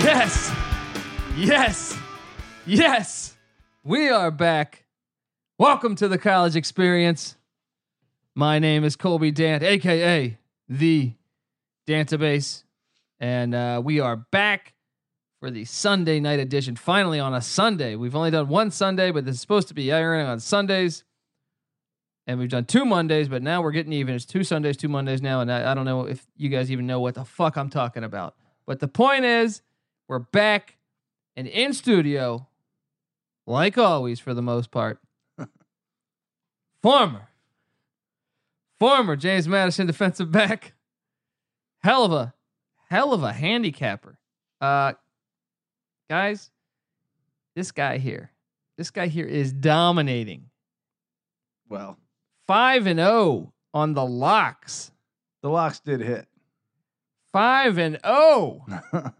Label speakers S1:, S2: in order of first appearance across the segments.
S1: Yes. Yes. Yes. We are back. Welcome to the college experience. My name is Colby Dant, aka the Dantabase. And uh, we are back for the Sunday night edition. Finally on a Sunday. We've only done one Sunday, but this is supposed to be airing on Sundays. And we've done two Mondays, but now we're getting even. It's two Sundays, two Mondays now. And I, I don't know if you guys even know what the fuck I'm talking about. But the point is, we're back and in studio, like always, for the most part. former, former James Madison defensive back, hell of a, hell of a handicapper. Uh, guys, this guy here, this guy here is dominating.
S2: Well,
S1: Five and zero on the locks.
S2: the locks did hit.
S1: Five and oh. zero,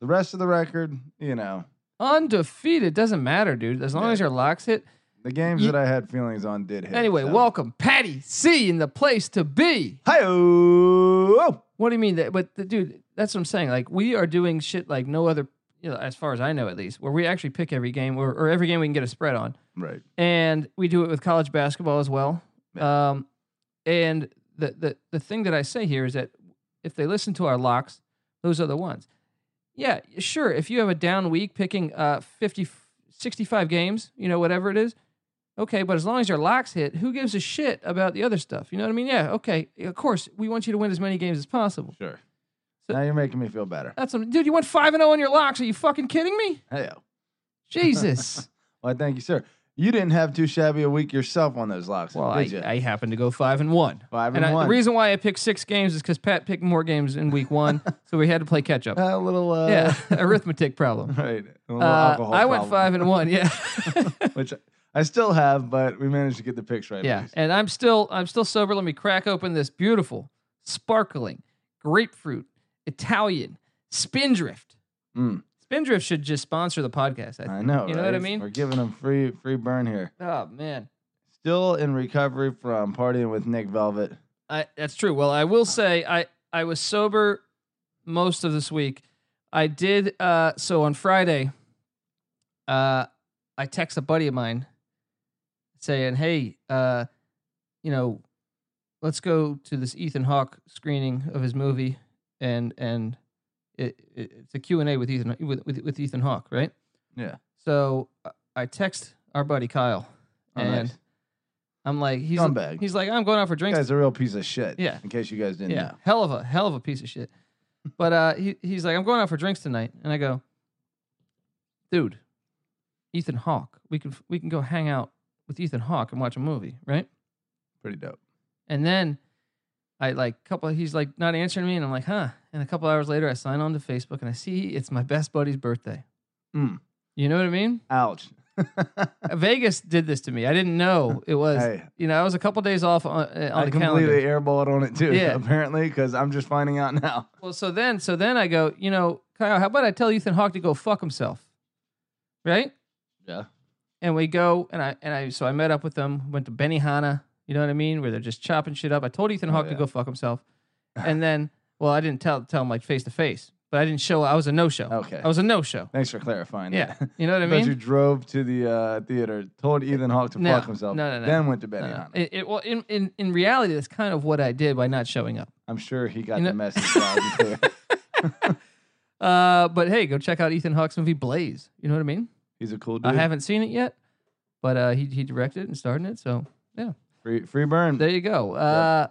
S2: the rest of the record, you know,
S1: undefeated. Doesn't matter, dude. As long as your locks hit.
S2: the games
S1: Ye-
S2: that I had feelings on did hit.
S1: Anyway, welcome Patty C in the place to be.
S2: hi oh,
S1: What do you mean that? But the, dude, that's what I'm saying. Like we are doing shit like no other, you know, as far as I know at least, where we actually pick every game or, or every game we can get a spread on,
S2: right,
S1: and we do it with college basketball as well. Um, and the the the thing that I say here is that if they listen to our locks, those are the ones. Yeah, sure. If you have a down week picking uh 50, 65 games, you know, whatever it is, okay. But as long as your locks hit, who gives a shit about the other stuff? You know what I mean? Yeah, okay. Of course, we want you to win as many games as possible.
S2: sure.
S1: So-
S2: now you're making me feel better.
S1: That's some dude. You went five and zero on your locks. Are you fucking kidding me?
S2: Hey, oh.
S1: Jesus.
S2: well, thank you, sir. You didn't have too shabby a week yourself on those locks,
S1: well, I,
S2: did you?
S1: I happen to go five and one.
S2: Five
S1: And
S2: and
S1: I,
S2: one.
S1: the reason why I picked six games is because Pat picked more games in week one, so we had to play catch up.
S2: a little, uh,
S1: yeah, arithmetic problem.
S2: right. a little
S1: Uh,
S2: alcohol
S1: I went
S2: problem,
S1: five and one. Yeah,
S2: which I still have, but we managed to get the picks right. at
S1: yeah.
S2: least.
S1: And I'm still I'm still sober. Let me crack open this beautiful, sparkling grapefruit Italian Spindrift.
S2: Mm,
S1: Spindrift should just sponsor the podcast. I think.
S2: I know.
S1: You know
S2: right?
S1: what I mean?
S2: We're giving them free, free burn here.
S1: Oh man.
S2: Still in recovery from partying with Nick Velvet.
S1: I, that's true. Well, I will say I I was sober most of this week. I did uh so on Friday uh I text a buddy of mine saying, "Hey, uh you know, let's go to this Ethan Hawke screening of his movie and and it, it, it's a Q&A with Ethan with with, with Ethan Hawke, right?
S2: Yeah.
S1: So I- I text our buddy Kyle
S2: Oh,
S1: and
S2: nice.
S1: I'm like he's
S2: Scumbag.
S1: he's like I'm going out for drinks
S2: guy's a real piece of shit.
S1: Yeah.
S2: In case you guys didn't
S1: yeah,
S2: know.
S1: hell of a hell of a piece of shit. But uh, he he's like, I'm going out for drinks tonight, and I go, dude, Ethan Hawke, we can we can go hang out with Ethan Hawke and watch a movie, right?
S2: Pretty dope.
S1: And then I like couple. He's like not answering me, and I'm like, huh. And a couple hours later, I sign on to Facebook, and I see it's my best buddy's birthday.
S2: Mm.
S1: You know what I mean?
S2: Ouch.
S1: Vegas did this to me. I didn't know it was.
S2: Hey.
S1: You know, I was a couple days off on, uh, on
S2: I
S1: the
S2: completely
S1: calendar.
S2: airballed on it too,
S1: Yeah.
S2: apparently, because I'm just finding out now.
S1: Well, so then, so then I go, you know, Kyle, how about I tell Ethan Hawke to go fuck himself, right?
S2: Yeah.
S1: And we go, and I and I, so I met up with them, went to Benihana, you know what I mean, where they're just chopping shit up. I told Ethan
S2: Oh,
S1: Hawke to
S2: yeah.
S1: go fuck himself, and then, well, I didn't tell tell him like face to face, but I didn't show. I was a no show.
S2: Okay.
S1: I was a no show.
S2: Thanks for clarifying.
S1: Yeah,
S2: that.
S1: you know what I mean.
S2: Because you drove to the uh, theater, told Ethan Hawke to
S1: No,
S2: fuck himself,
S1: no, no, no.
S2: then went to Benny
S1: No, no. Uh, It, it, well, in, in in reality, that's kind of what I did by not showing up.
S2: I'm sure he got
S1: You know-
S2: the message. loud and clear.
S1: Uh, but hey, go check out Ethan Hawke's movie Blaze. You know what I mean?
S2: He's a cool dude.
S1: I haven't seen it yet, but uh, he he directed it and started it, so
S2: free, free burn,
S1: there you go. Uh,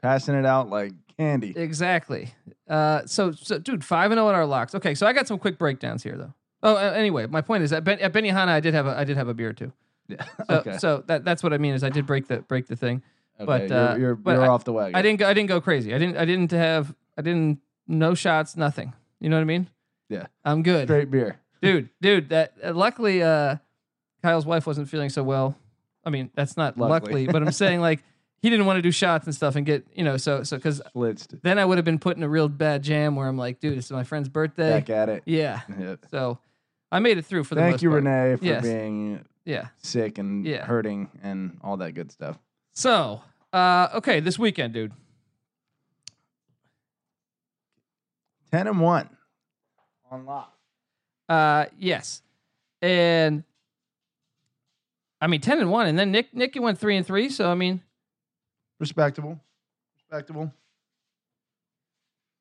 S2: passing it out like candy.
S1: exactly. Uh, so so dude, five and zero in our locks. Okay, so I got some quick breakdowns here though. Oh, uh, anyway, my point is that ben, at Benihana, I did have a I did have a beer or two.
S2: Yeah.
S1: So,
S2: okay,
S1: so that that's what I mean is I did break the break the thing.
S2: Okay,
S1: but,
S2: you're,
S1: uh,
S2: you're,
S1: but
S2: you're
S1: I-
S2: off the wagon.
S1: I didn't go, I didn't go crazy. I didn't I didn't have I didn't no shots, nothing. You know what I mean?
S2: Yeah.
S1: I'm good.
S2: straight beer.
S1: Dude, dude, that uh, luckily uh Kyle's wife wasn't feeling so well. I mean, that's not luckily,
S2: Luckily.
S1: but I'm saying like he didn't want to do shots and stuff and get, you know, so so cuz
S2: Blitzed.
S1: then I would have been put in a real bad jam where I'm like, dude, it's my friend's birthday.
S2: Back at it.
S1: Yeah.
S2: Yep.
S1: So I made it through for the
S2: Thank
S1: most
S2: you,
S1: part.
S2: Renee, for
S1: Yes.
S2: being
S1: Yeah.
S2: sick and
S1: Yeah.
S2: hurting and all that good stuff.
S1: So, uh okay, this weekend, dude.
S2: Ten and one. On lock.
S1: Uh, yes, and I mean ten and one, and then Nick Nick went three and three. So I mean,
S2: Respectable. Respectable.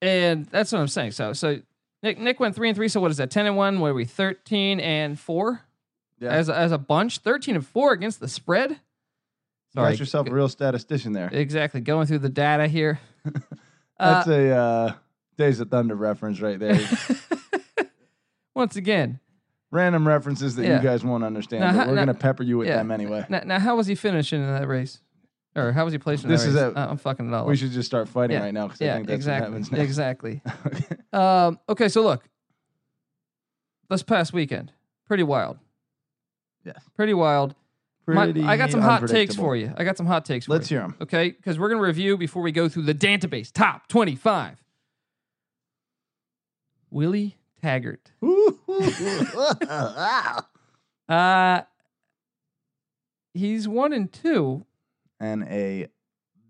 S1: and that's what I'm saying. So so Nick Nick went three and three. So what is that? Ten and one. Where we thirteen and four
S2: Yeah.
S1: as a, as a bunch. Thirteen and four against the spread.
S2: You got yourself a real statistician there.
S1: exactly going through the data here.
S2: That's a uh, Days of Thunder reference right there.
S1: Once again,
S2: Random references that
S1: Yeah.
S2: you guys won't understand,
S1: Now,
S2: but
S1: how-
S2: we're
S1: now-
S2: gonna pepper you with
S1: yeah.
S2: them anyway.
S1: now, now how was he finishing in that race, or how was he placing? in
S2: This
S1: that
S2: is
S1: race?
S2: a-
S1: I- I'm fucking it all.
S2: We
S1: up.
S2: should just start fighting
S1: Yeah.
S2: right now because I
S1: yeah,
S2: think that's
S1: exactly.
S2: what happens
S1: Exactly.
S2: next.
S1: Um, okay, so look, this past weekend, pretty wild.
S2: Yes.
S1: Pretty wild. My- I got some hot takes for you. I got some hot takes for
S2: Let's
S1: you.
S2: hear them.
S1: Okay, because we're going to review before we go through the database top 25. Willie Taggart. Uh, he's one and two.
S2: and a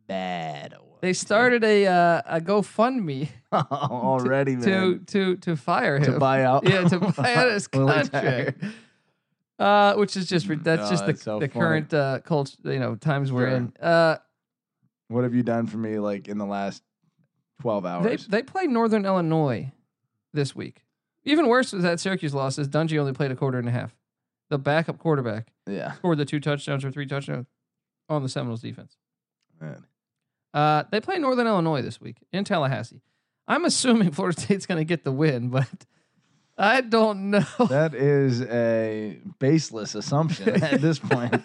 S2: bad one.
S1: They started a uh, a GoFundMe
S2: already,
S1: to
S2: man.
S1: to to fire him.
S2: To buy out.
S1: Yeah, to buy out his
S2: Willie
S1: contract.
S2: Taggart.
S1: Uh, which is just re- that's
S2: Oh,
S1: just the,
S2: that's so
S1: the
S2: funny.
S1: current uh, culture, you know, times we're
S2: Sure.
S1: in. Uh,
S2: What have you done for me like in the last twelve
S1: they
S2: hours?
S1: they played Northern Illinois this week. Even worse was that Syracuse loss is Dungy only played a quarter and a half. The backup quarterback
S2: yeah,
S1: scored the two touchdowns or three touchdowns on the Seminoles defense.
S2: man.
S1: Uh, they play Northern Illinois this week in Tallahassee. I'm assuming Florida State's going to get the win, but I don't know.
S2: that is a baseless assumption at this point.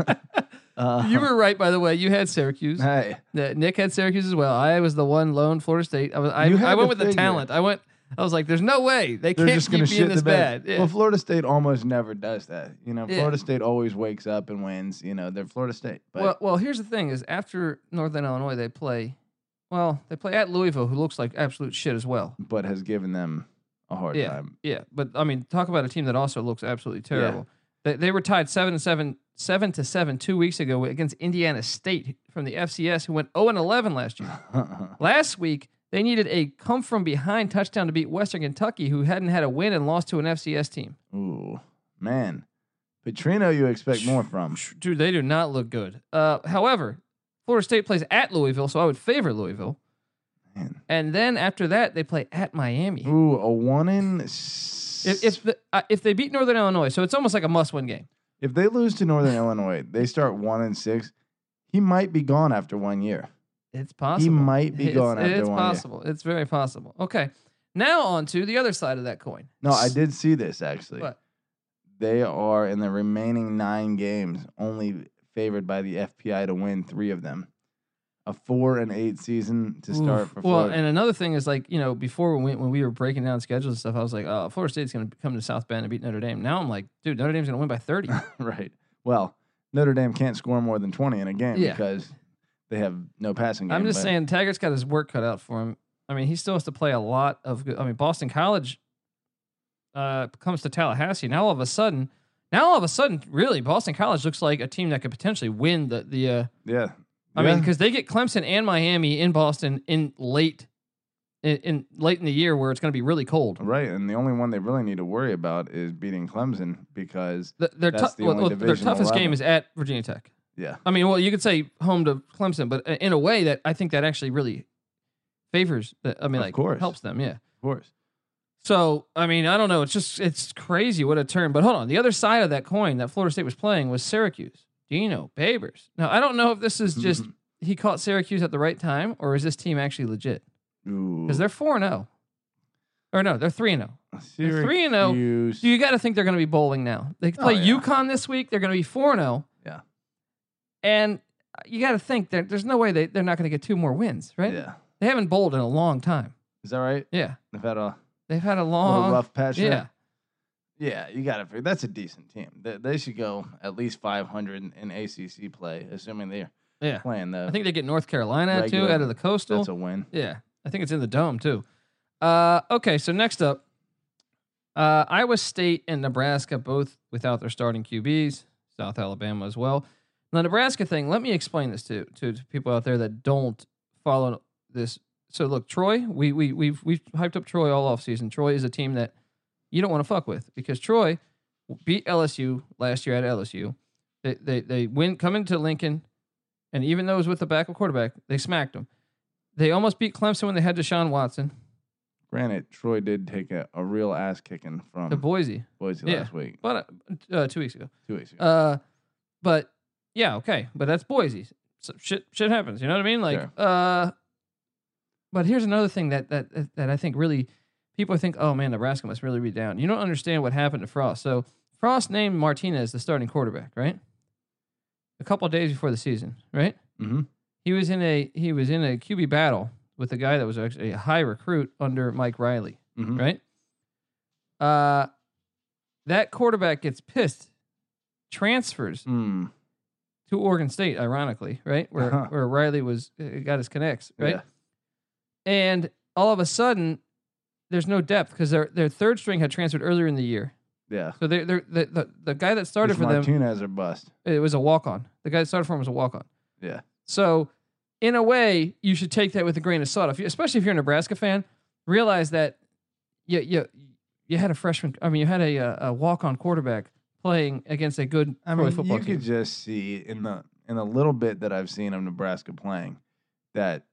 S2: uh,
S1: you were right, by the way. You had Syracuse.
S2: hey,
S1: Yeah, Nick had Syracuse as well. I was the one lone Florida State. I was I,
S2: You had
S1: I went
S2: to
S1: with the
S2: figure.
S1: talent. I went. I was like, "There's no way they
S2: they're
S1: can't
S2: just
S1: keep
S2: gonna
S1: being
S2: shit
S1: this
S2: the bed.
S1: bad." Yeah.
S2: Well, Florida State almost never does that. You know,
S1: Yeah.
S2: Florida State always wakes up and wins. You know, they're Florida State, but
S1: well, well, here's the thing: is after Northern Illinois, they play. Well, they play at Louisville, who looks like absolute shit as well.
S2: but has given them a hard
S1: Yeah.
S2: time.
S1: Yeah, but I mean, talk about a team that also looks absolutely terrible. They, they were tied seven and seven, seven to seven two weeks ago against Indiana State from the FCS, who went zero and eleven last year. Last week, they needed a come from behind touchdown to beat Western Kentucky, who hadn't had a win and lost to an FCS team.
S2: Ooh, man, Petrino, you expect more from?
S1: Dude, they do not look good. Uh, however, Florida State plays at Louisville, so I would favor Louisville.
S2: Man.
S1: And then after that, they play at Miami.
S2: Ooh, a one in. s-
S1: If if, the, uh, if they beat Northern Illinois, so it's almost like a must-win game.
S2: If they lose to Northern Illinois, they start one and six. He might be gone after one year.
S1: It's possible.
S2: might be
S1: It's-
S2: gone after
S1: It's
S2: one year.
S1: possible. It's very possible. Okay. Now on to the other side of that coin.
S2: No, I did see this actually.
S1: What?
S2: They are in the remaining nine games only favored by the FPI to win three of them. A four and eight season to start
S1: Oof.
S2: for
S1: well,
S2: Florida.
S1: and another thing is like you know before when we when we were breaking down schedules and stuff, I was like, oh, Florida State's going to come to South Bend and beat Notre Dame. Now I'm like, dude, Notre Dame's going to win by thirty.
S2: right. Well, Notre Dame can't score more than twenty in a game
S1: Yeah.
S2: because they have no passing game.
S1: I'm just
S2: but
S1: saying Taggart's got his work cut out for him. I mean, he still has to play a lot of good. I mean, Boston College uh, comes to Tallahassee. Now all of a sudden, now all of a sudden, really, Boston College looks like a team that could potentially win the the. Uh,
S2: Yeah.
S1: I mean,
S2: Yeah.
S1: because they get Clemson and Miami in Boston in late, in, in late in the year where it's going to be really cold.
S2: Right, and the only one they really need to worry about is beating Clemson because
S1: The, their
S2: That's
S1: tou-
S2: the
S1: well,
S2: only
S1: well, their
S2: division
S1: toughest game
S2: eleven.
S1: is at Virginia Tech.
S2: yeah,
S1: I mean, well, you could say home to Clemson, but uh, in a way that I think that actually really favors. The, I mean,
S2: Of
S1: like
S2: course.
S1: helps them. Yeah.
S2: of course.
S1: So, I mean, I don't know. It's just, it's crazy what a turn. But hold on. The other side of that coin that Florida State was playing was Syracuse, Dino, Babers. Now, I don't know if this is
S2: Mm-hmm.
S1: just he caught Syracuse at the right time or is this team actually legit?
S2: Ooh.
S1: Because they're 4 0. Or no, they're 3 0. they're 3 and 0.
S2: Syracuse.
S1: So you got to think they're going to be bowling now. They
S2: Oh,
S1: play
S2: yeah.
S1: UConn this week. They're going to be 4 0.
S2: Yeah.
S1: And you got to think that there's no way they, they're not going to get two more wins, right?
S2: Yeah.
S1: They haven't bowled in a long time.
S2: Is that right?
S1: Yeah.
S2: They've had a
S1: They've had a
S2: little
S1: long.
S2: rough patch. there.
S1: Uh-huh. yeah.
S2: Yeah, you got to figure that's a decent team. They, they should go at least 500 in, in ACC play, assuming they're
S1: Yeah.
S2: playing the.
S1: I think they get North Carolina too
S2: Regular.
S1: out of the coastal.
S2: that's a win.
S1: yeah. I think it's in the dome too. Uh, okay. So next up, uh, Iowa State and Nebraska both without their starting QBs, South Alabama as well. The Nebraska thing, let me explain this to, to, to people out there that don't follow this. So look, Troy, we, we, we've, we've hyped up Troy all offseason. Troy is a team that you don't want to fuck with because Troy beat LSU last year at LSU. They, they, they win, come into Lincoln, and even though it was with the backup quarterback, they smacked them. They almost beat Clemson when they had Deshaun Watson
S2: Granted, Troy did take a, a real ass kicking from
S1: to Boise,
S2: Boise
S1: yeah.
S2: last week,
S1: but uh, uh, two weeks ago.
S2: two weeks ago.
S1: Uh, but yeah, okay, but that's Boise. So shit, shit happens. You know what I mean? Like,
S2: Sure.
S1: uh, but here's another thing that that that- that I think really people think, oh man, Nebraska must really be down. You don't understand what happened to Frost. So Frost named Martinez the starting quarterback, right? A couple of days before the season, right?
S2: hmm
S1: He was in a he was in a QB battle with a guy that was actually a high recruit under Mike Riley
S2: hmm
S1: right? Uh, that quarterback gets pissed, transfers
S2: Mm,
S1: to Oregon State, ironically, right? Where
S2: Uh-huh.
S1: where Riley was uh, got his connects, right?
S2: Yeah.
S1: And all of a sudden, there's no depth because their their third string had transferred earlier in the year.
S2: Yeah.
S1: So they they the, the the guy that started
S2: It's
S1: for them
S2: Martinez or bust.
S1: it was a walk on. The guy that started for him was a walk on.
S2: Yeah.
S1: So, in a way, you should take that with a grain of salt. If you, especially if you're a Nebraska fan, realize that you you you had a freshman. I mean, you had a, uh, a walk on quarterback playing against a good
S2: I
S1: pro
S2: mean,
S1: football
S2: you
S1: team. Mm-hmm.
S2: could just see in the in the little bit that I've seen of Nebraska playing that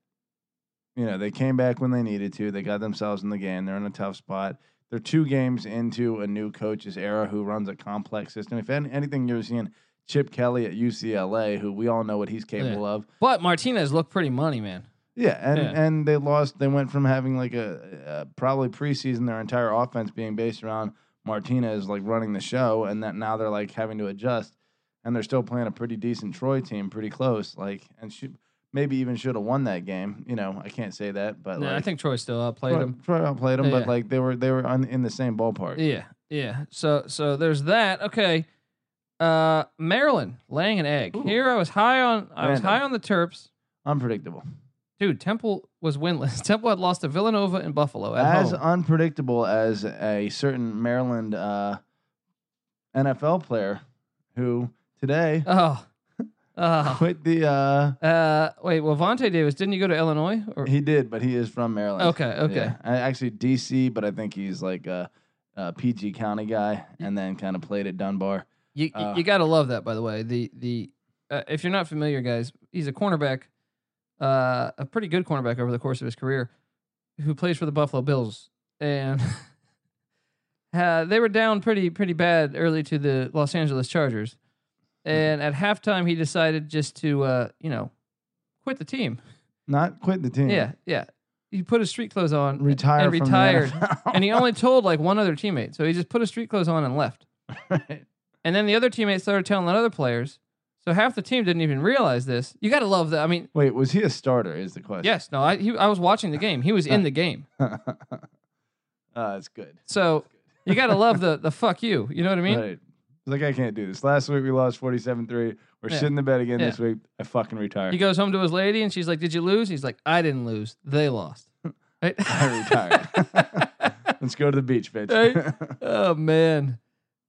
S2: you know they came back when they needed to. They got themselves in the game. They're in a tough spot. They're two games into a new coach's era who runs a complex system. If any, anything, you're seeing Chip Kelly at UCLA, who we all know what he's
S1: Oh,
S2: capable of.
S1: but Martinez looked pretty money, man.
S2: Yeah, and
S1: Yeah.
S2: and they lost. They went from having like a, a probably preseason their entire offense being based around Martinez like running the show, and that now they're like having to adjust, and they're still playing a pretty decent Troy team, pretty close. Like, and should maybe even should have won that game. You know, I can't say that, but
S1: Nah,
S2: like,
S1: I think Troy still outplayed
S2: Troy,
S1: him.
S2: Troy outplayed them,
S1: Yeah.
S2: but like they were they were on, in the same ballpark.
S1: Yeah, yeah. So so there's that. Okay. Uh, Maryland laying an egg.
S2: Ooh.
S1: Here I was high on I was
S2: Random.
S1: high on the Terps.
S2: Unpredictable,
S1: Dude, Temple was winless. Temple had lost to Villanova and Buffalo at
S2: as
S1: home.
S2: unpredictable as a certain Maryland uh, NFL player who today.
S1: Oh. Oh.
S2: Quit the uh
S1: Uh, wait, well, Vontae Davis, didn't he go to Illinois? Or,
S2: He did, but he is from Maryland.
S1: okay, okay.
S2: Yeah. I, actually, DC, but I think he's like a, a PG County guy, and then kind of played at Dunbar.
S1: You,
S2: Uh,
S1: you got to love that, by the way. The, the, uh, if you're not familiar, guys, he's a cornerback, uh, a pretty good cornerback over the course of his career who plays for the Buffalo Bills. And uh, they were down pretty, pretty bad early to the Los Angeles Chargers. And at halftime, he decided just to, uh, you know, quit the team.
S2: Not quit the team.
S1: Yeah, yeah. He put his street clothes on,
S2: Retire.
S1: And
S2: from the
S1: retired.
S2: NFL.
S1: and he only told like one other teammate. So he just put his street clothes on and left.
S2: Right.
S1: And then the other teammates started telling other players. So half the team didn't even realize this. You got to love that. I mean,
S2: Wait, was he a starter? Is the question.
S1: yes, no, I he, I was watching the game. He was in the game.
S2: uh, Ah, that's good.
S1: So you got to love the the fuck you. You know what I mean?
S2: right. It's like I can't do this. Last week we lost forty-seven three. We're
S1: Yeah.
S2: shitting the bed again
S1: Yeah.
S2: this week. I fucking retire.
S1: He goes home to his lady and she's like, "Did you lose?" He's like, "I didn't lose. They lost." Right?
S2: I retired. Let's go to the beach, bitch.
S1: Right.
S2: That's
S1: oh man.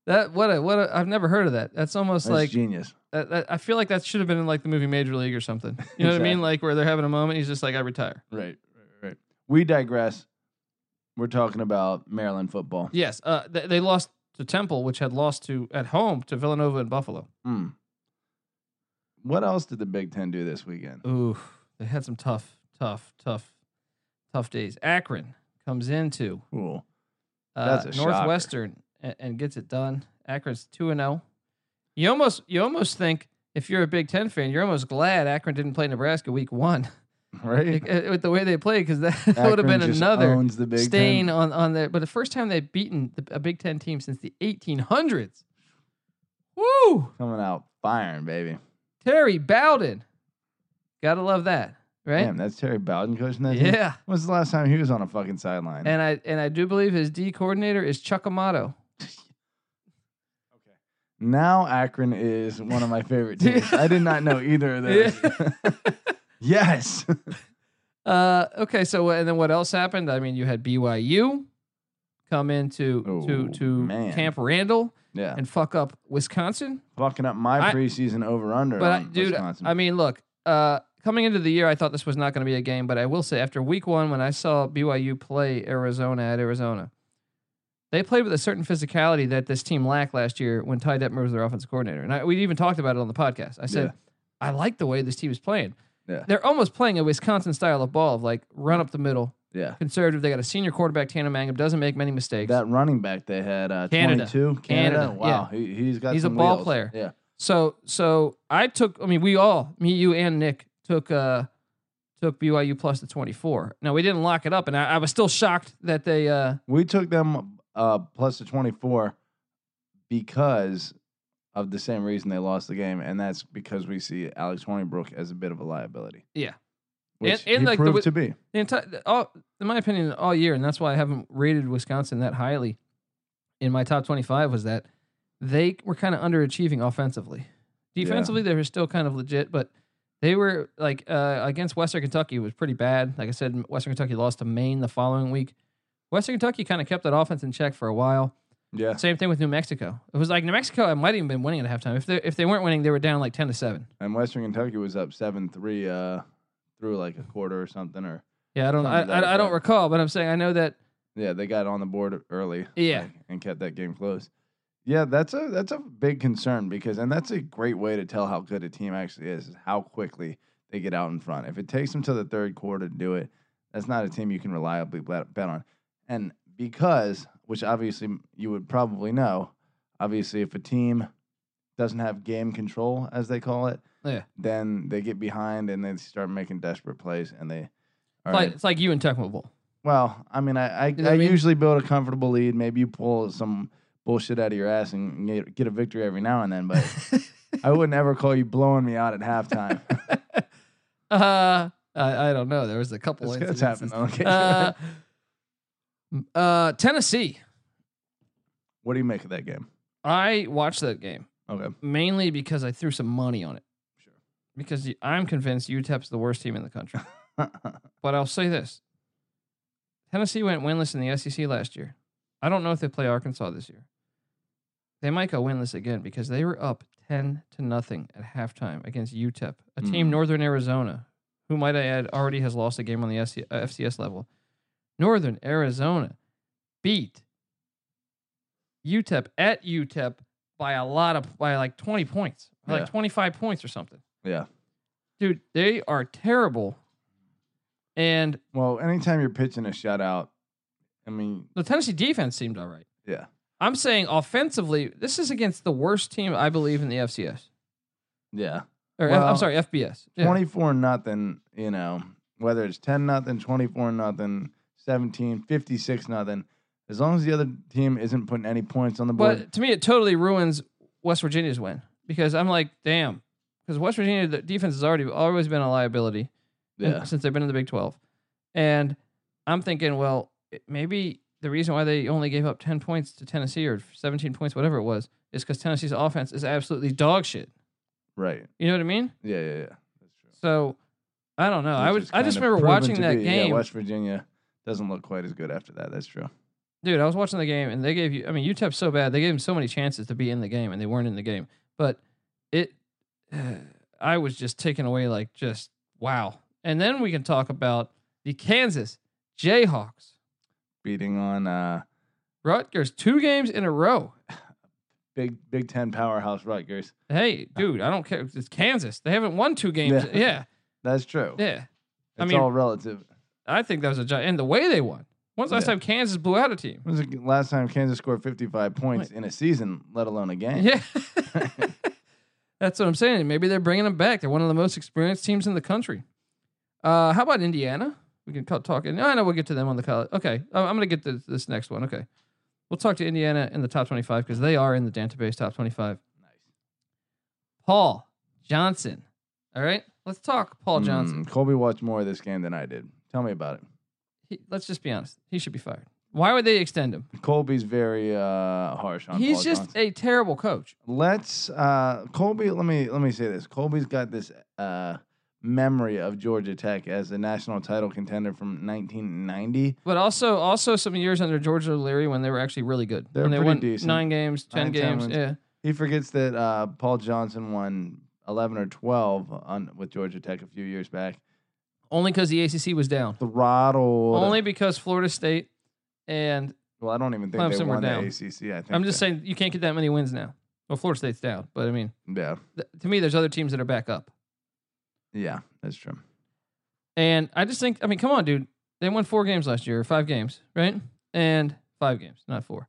S1: That what a what a, I've never heard of that. That's almost like
S2: genius.
S1: that, that- I feel like that should have been in like the movie Major League or something. You know what I mean?
S2: Exactly.
S1: Like where they're having a moment, he's just like, I retire.
S2: Right, right, right. We digress. We're talking about Maryland football.
S1: Yes, uh, th- they lost to Temple, which had lost to at home to Villanova and Buffalo.
S2: Hmm. What else did the Big Ten do this weekend?
S1: Ooh, they had some tough, tough, tough, tough days. Akron comes into
S2: Cool.
S1: uh,
S2: That's a shocker.
S1: Northwestern and, and gets it done. Akron's two and zero. You almost you almost think if you're a Big Ten fan, you're almost glad Akron didn't play Nebraska week one
S2: right?
S1: Like, uh, with the way they played because that, that would have
S2: Akron
S1: been
S2: just
S1: another
S2: owns the Big
S1: stain
S2: Ten.
S1: on on the. But the first time they've beaten the, a Big Ten team since the 1800s. Woo!
S2: coming out firing, baby.
S1: Terry Bowden, gotta love that, right?
S2: Damn, that's Terry Bowden coaching that. team?
S1: yeah.
S2: When's the last time he was on a fucking sideline?
S1: And I and I do believe his D coordinator is Chuck Amato.
S2: now Akron is one of my favorite teams. I did not know either of those. yes.
S1: Uh, okay, so uh, and then what else happened? I mean, you had BYU come into
S2: Oh,
S1: to to
S2: man.
S1: Camp Randall
S2: Yeah.
S1: and fuck up Wisconsin.
S2: Fucking up my
S1: I-
S2: preseason over under.
S1: But I, dude, I mean, look, uh, coming into the year, I thought this was not going to be a game. But I will say, after Week One, when I saw BYU play Arizona at Arizona, they played with a certain physicality that this team lacked last year when Ty Detmer was their offensive coordinator, and I, we even talked about it on the podcast. I said, I like the way this team is playing.
S2: Yeah.
S1: They're almost playing a Wisconsin style of ball of like run up the middle,
S2: yeah.
S1: conservative. They got a senior quarterback, Tanner Mangum, doesn't make many mistakes.
S2: That running back they had, uh,
S1: Canada.
S2: 22, Canada.
S1: Canada,
S2: Wow, he, he's got.
S1: He's a
S2: some
S1: ball
S2: wheels.
S1: player.
S2: Yeah,
S1: so, so I took. I mean, we all, me, you, and Nick took uh took BYU plus the twenty four. Now we didn't lock it up, and I, I was still shocked that they. uh
S2: we took them uh, plus the twenty four because of the same reason they lost the game, and that's because we see Alex Hornibrook as a bit of a liability.
S1: Yeah. And-
S2: which
S1: and
S2: he
S1: like the
S2: proved
S1: wi-
S2: to be.
S1: The entire, all, in my opinion, all year, and that's why I haven't rated Wisconsin that highly in my top twenty five. Was that they were kind of underachieving offensively.
S2: Yeah.
S1: Defensively, they were still kind of legit, but they were like uh, against Western Kentucky was pretty bad. Like I said, Western Kentucky lost to Maine the following week. Western Kentucky kind of kept that offense in check for a while.
S2: Yeah,
S1: Same thing with New Mexico. It was like New Mexico might even been winning at halftime. If they if they weren't winning, they were down like ten to seven.
S2: and Western Kentucky was up seven three uh, through like a quarter or something, or
S1: Yeah, I don't know. I,
S2: Something to that
S1: I, I don't
S2: effect.
S1: recall, but I'm saying I know that.
S2: yeah, they got on the board early.
S1: Yeah,
S2: like, and kept that game close. Yeah, that's a that's a big concern because and that's a great way to tell how good a team actually is is how quickly they get out in front. If it takes them to the third quarter to do it, that's not a team you can reliably bet bet on. And because, which obviously you would probably know, obviously if a team doesn't have game control as they call it,
S1: Yeah.
S2: then they get behind and they start making desperate plays and they
S1: it's
S2: are
S1: like it's like you and Tecmo Bowl.
S2: well, I mean, I I,
S1: know
S2: I
S1: what I mean?
S2: usually build a comfortable lead. Maybe you pull some bullshit out of your ass and get, get a victory every now and then, but I wouldn't ever call you blowing me out at halftime.
S1: Uh, I, I don't know. There was a couple.
S2: That's, that's
S1: incidences.
S2: happened. Okay.
S1: Uh, uh, Tennessee.
S2: what do you make of that game?
S1: I watched that game
S2: Okay.
S1: mainly because I threw some money on it.
S2: Sure.
S1: Because the- I'm convinced UTEP's the worst team in the country. But I'll say this: Tennessee went winless in the SEC last year. I don't know if they play Arkansas this year. They might go winless again because they were up ten to nothing at halftime against UTEP, a team
S2: Mm.
S1: Northern Arizona, who might I add already has lost a game on the SC, uh, FCS level. Northern Arizona beat UTEP at UTEP by a lot of by like twenty points, by
S2: Yeah.
S1: like twenty five points or something.
S2: yeah.
S1: Dude, they are terrible. And
S2: Well, anytime you're pitching a shutout, I mean,
S1: The Tennessee defense seemed all right.
S2: yeah,
S1: I'm saying offensively, this is against the worst team I believe in the FCS.
S2: yeah.
S1: Or F-
S2: Well,
S1: I'm sorry, FBS. Yeah.
S2: 24 nothing, you know, whether it's 10 nothing, 24 nothing, 17, 56 nothing, as long as the other team isn't putting any points on the board.
S1: But to me, it totally ruins West Virginia's win because I'm like, damn, because West Virginia the defense has already always been a liability in-
S2: yeah.
S1: since they've been in the Big 12, and I'm thinking, well, it- maybe the reason why they only gave up 10 points to Tennessee or 17 points, whatever it was, is because Tennessee's offense is absolutely dog shit.
S2: Right.
S1: You know what I mean?
S2: Yeah, yeah, yeah. That's true.
S1: So I don't know. Oh, I
S2: Which
S1: would.
S2: is
S1: I just
S2: kind of
S1: remember
S2: proven
S1: watching
S2: to
S1: that
S2: be-
S1: game.
S2: Yeah, West Virginia doesn't look quite as good after that. That's true.
S1: dude, I was watching the game and they gave you. I mean, UTEP's so bad. They gave them so many chances to be in the game and they weren't in the game. But it, I was just taken away like just wow. And then we can talk about the Kansas Jayhawks.
S2: Beating on uh,
S1: Rutgers two games in a row.
S2: big Big Ten powerhouse Rutgers.
S1: Hey, dude, I don't care. It's Kansas. They haven't won two games.
S2: Yeah.
S1: Yeah,
S2: That's true.
S1: yeah.
S2: it's
S1: I mean-
S2: all relative.
S1: I think that was a giant. And the way they won When's the last
S2: Yeah.
S1: time Kansas blew out a team?
S2: When was the last time Kansas scored 55 points in a season, let alone a game?
S1: Yeah. That's what I'm saying. Maybe they're bringing them back. They're one of the most experienced teams in the country. Uh, how about Indiana? We can co- talk. No, I know we'll get to them on the college. Okay. I- I'm going to get to this next one. Okay. We'll talk to Indiana in the top 25 because they are in the database top 25.
S2: Nice.
S1: Paul Johnson. All right. Let's talk Paul Johnson.
S2: Mm, Colby watched more of this game than I did. Tell me about it.
S1: He, let's just be honest. He should be fired. Why would they extend him?
S2: Colby's very uh, harsh on
S1: He's
S2: Paul
S1: just
S2: Johnson.
S1: a terrible coach.
S2: let's uh Colby let me let me say this. Colby's got this uh memory of Georgia Tech as a national title contender from 1990.
S1: But also, also some years under George O'Leary when they were actually really good.
S2: They're
S1: when they
S2: pretty
S1: won
S2: decent.
S1: nine games, ten
S2: Nine, 10
S1: games.
S2: wins.
S1: yeah,
S2: He forgets that uh Paul Johnson won 11 or 12 on with Georgia Tech a few years back.
S1: only because the ACC was down.
S2: Throttled.
S1: Only because Florida State and
S2: well, I don't even think they
S1: Clemson were
S2: won the
S1: down.
S2: ACC. I think
S1: I'm just
S2: that-
S1: saying you can't get that many wins now. Well, Florida State's down, but I mean,
S2: Yeah.
S1: th- to me, there's other teams that are back up.
S2: Yeah, that's true.
S1: And I just think, I mean, come on, dude. They won four games last year, five games, right? And five games, not four.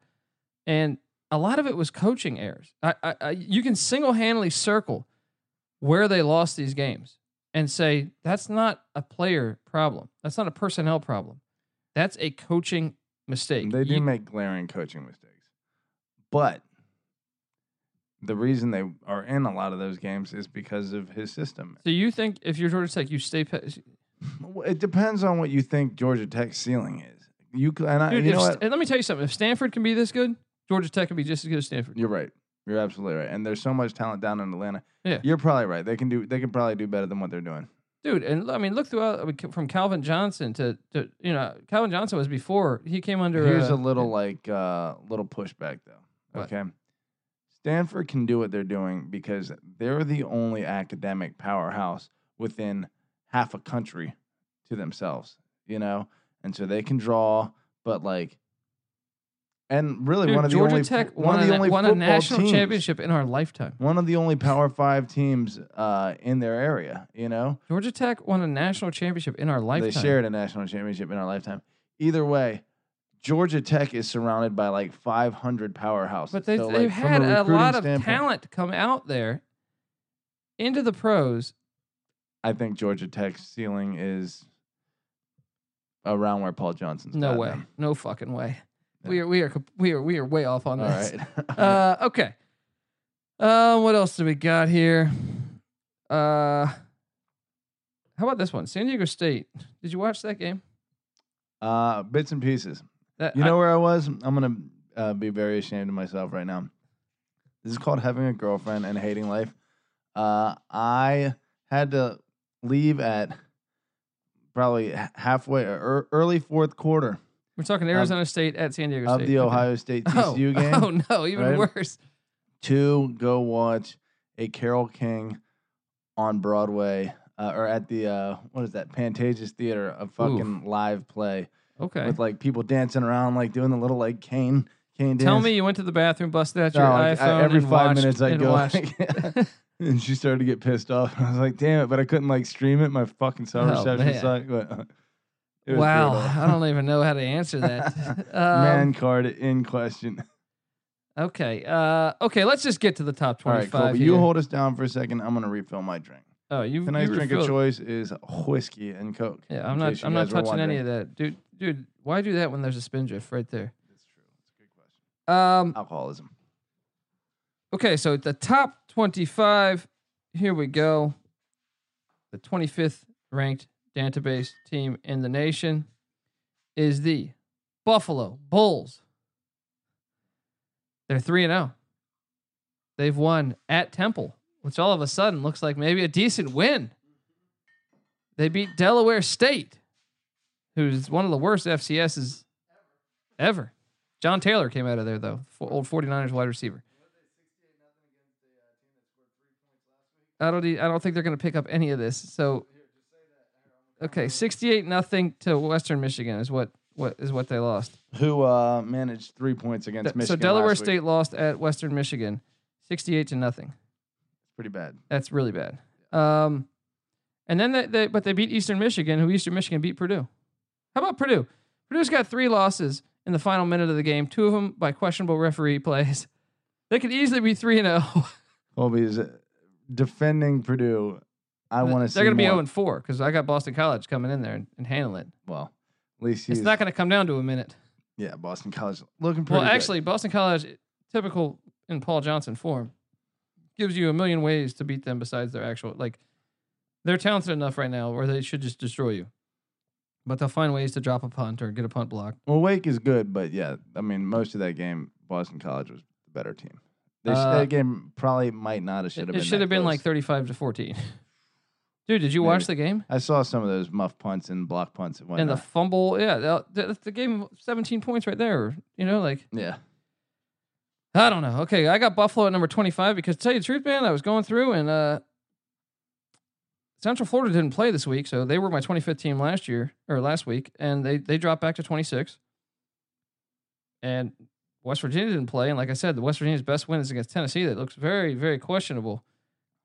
S1: And a lot of it was coaching errors. I, I, I you can single handedly circle where they lost these games and say that's not a player problem. That's not a personnel problem. That's a coaching mistake.
S2: They do
S1: You-
S2: make glaring coaching mistakes. But the reason they are in a lot of those games is because of his system.
S1: so you think if you're Georgia Tech, you stay. pa-
S2: Uh, Well, It depends on what you think Georgia Tech's ceiling is. You c- and I,
S1: Dude,
S2: you
S1: if,
S2: know
S1: Sta-
S2: what?
S1: and let me tell you something. If Stanford can be this good, Georgia Tech can be just as good as Stanford.
S2: You're right. You're absolutely right. And there's so much talent down in Atlanta.
S1: Yeah.
S2: You're probably right. They can do. They can probably do better than what they're doing.
S1: dude. And I mean, look throughout I mean, from Calvin Johnson to, to you know Calvin Johnson was before he came under.
S2: Here's
S1: uh,
S2: a little like uh, little pushback though.
S1: What?
S2: Okay. Stanford can do what they're doing because they're the only academic powerhouse within half a country to themselves, you know? And so they can draw, but like and really
S1: dude,
S2: one of the
S1: Georgia
S2: only
S1: Tech
S2: one of
S1: won,
S2: the
S1: a,
S2: only
S1: won a
S2: football
S1: national
S2: teams,
S1: championship in our lifetime.
S2: One of the only Power 5 teams uh, in their area, you know?
S1: Georgia Tech won a national championship in our lifetime.
S2: They shared a national championship in our lifetime. Either way, Georgia Tech is surrounded by like 500 powerhouses.
S1: but they,
S2: So, like,
S1: they've
S2: from
S1: had a,
S2: recruiting
S1: lot of
S2: standpoint,
S1: talent come out there into the pros.
S2: I think Georgia Tech's ceiling is around where Paul Johnson's.
S1: No
S2: got
S1: way,
S2: them.
S1: no fucking way.
S2: Yeah.
S1: We are we are comp- we are we are way off on
S2: All
S1: this.
S2: right.
S1: Uh, okay. Uh, what else do we got here? Uh, how about this one? San Diego State. Did you watch that game?
S2: uh, bits and pieces.
S1: That,
S2: You
S1: I-
S2: know where I was? I'm gonna uh, be very ashamed of myself right now. This is called having a girlfriend and hating life. Uh, I had to leave at probably h- halfway or ear- early fourth quarter
S1: we're talking Arizona State at San Diego
S2: um, of
S1: State.
S2: the
S1: Okay.
S2: Ohio State
S1: oh,
S2: TCU game
S1: Oh no, even
S2: right?
S1: worse.
S2: to go watch a Carol King on Broadway uh, or at the uh, what is that Pantages Theater a fucking live play
S1: Okay.
S2: with like people dancing around like doing the little like cane cane dance.
S1: Tell me you went to the bathroom, busted out your
S2: No, like,
S1: iPhone.
S2: I- every
S1: and
S2: five
S1: watched-
S2: minutes I
S1: and
S2: go.
S1: watched-
S2: like- and she started to get pissed off. And I was like, damn it. But I couldn't like stream it. My fucking cell
S1: Oh,
S2: reception
S1: man.
S2: sucked. But it was
S1: wow,
S2: brutal.
S1: I don't even know how to answer that. um,
S2: Man card in question.
S1: Okay. Uh, okay. Let's just get to the top
S2: All right,
S1: twenty-five.
S2: Colby,
S1: here.
S2: you hold us down for a second. I'm going to refill my drink.
S1: Oh, you.
S2: Tonight's
S1: you
S2: drink
S1: refilled-
S2: of choice is whiskey and Coke.
S1: Yeah, I'm
S2: in
S1: not.
S2: case you
S1: I'm not
S2: guys were
S1: touching any
S2: wondering.
S1: of that, dude. Dude, why do that when there's a spindrift right there?
S2: That's true. That's a good question.
S1: Um.
S2: Alcoholism.
S1: Okay, so at the top 25. Here we go. The 25th ranked database team in the nation is the Buffalo Bulls. They're 3 and 0. They've won at Temple, which all of a sudden looks like maybe a decent win. They beat Delaware State, who's one of the worst FCSs ever. John Taylor came out of there, though, fo- old 49ers wide receiver. I don't. e- I don't think they're going to pick up any of this. So, okay, sixty-eight nothing to Western Michigan is what what is what they lost.
S2: Who uh, managed three points against
S1: Th- so
S2: Michigan?
S1: Delaware
S2: last week.
S1: State lost at Western Michigan, sixty-eight to nothing.
S2: Pretty bad.
S1: That's really bad. Um, and then they, they but they beat Eastern Michigan, who Eastern Michigan beat Purdue. How about Purdue? Purdue's got three losses in the final minute of the game, two of them by questionable referee plays. They could easily be 3 and oh. 0.
S2: Colby's defending Purdue. I want to see.
S1: They're going to be
S2: more.
S1: 0 and 4 because I got Boston College coming in there and, and handling it.
S2: Well, at least he's
S1: It's not going to come down to a minute.
S2: yeah. Boston College looking pretty.
S1: Well,
S2: good.
S1: actually, Boston College, typical in Paul Johnson form, gives you a million ways to beat them besides their actual. Like, they're talented enough right now where they should just destroy you. But they'll find ways to drop a punt or get a punt block.
S2: well, Wake is good, but yeah, I mean, most of that game, Boston College was the better team. They sh-
S1: Uh,
S2: that game probably might not have should have
S1: It,
S2: been.
S1: it should
S2: that
S1: have been
S2: close.
S1: like 35 to 14. Dude, did you watch the game?
S2: I saw some of those muff punts and block punts and
S1: and the
S2: whatnot.
S1: fumble. Yeah, the, the, the game, 17 points right there. You know, like,
S2: yeah,
S1: I don't know. Okay, I got Buffalo at number 25 because to tell you the truth, man, I was going through and uh Central Florida didn't play this week, so they were my 25th team last year or last week, and they they dropped back to 26. And West Virginia didn't play, and like I said, the West Virginia's best win is against Tennessee. That looks very very questionable.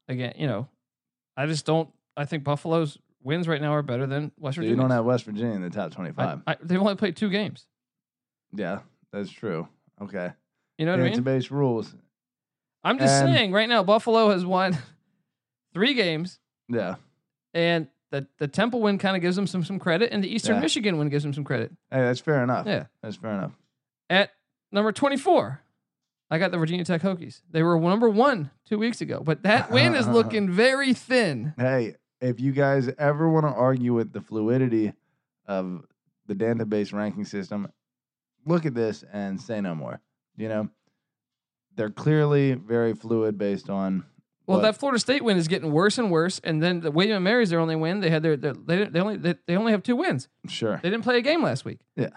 S1: Again, you know, I just don't. I think Buffalo's wins right now are better than West
S2: so
S1: Virginia.
S2: you don't have West Virginia in the top twenty-five.
S1: they've only played two games.
S2: yeah, that's true. Okay,
S1: You know what I mean?
S2: base rules.
S1: I'm just
S2: And-
S1: saying, right now Buffalo has won three games.
S2: Yeah,
S1: and the the Temple win kind of gives them some some credit, and the Eastern
S2: Yeah. Uh.
S1: Michigan win gives them some credit.
S2: hey, that's fair enough.
S1: Yeah.
S2: that's fair enough.
S1: At number twenty four, I got the Virginia Tech Hokies. They were number one two weeks ago, but that win is looking very thin.
S2: Hey, if you guys ever want to argue with the fluidity of the database ranking system, look at this and say no more. You know, they're clearly very fluid based on.
S1: Well,
S2: what-
S1: that Florida State win is getting worse and worse, and then the William and Mary's their only win. They had their, their they didn't- they only they, they only have two wins.
S2: sure.
S1: They didn't play a game last week.
S2: Yeah.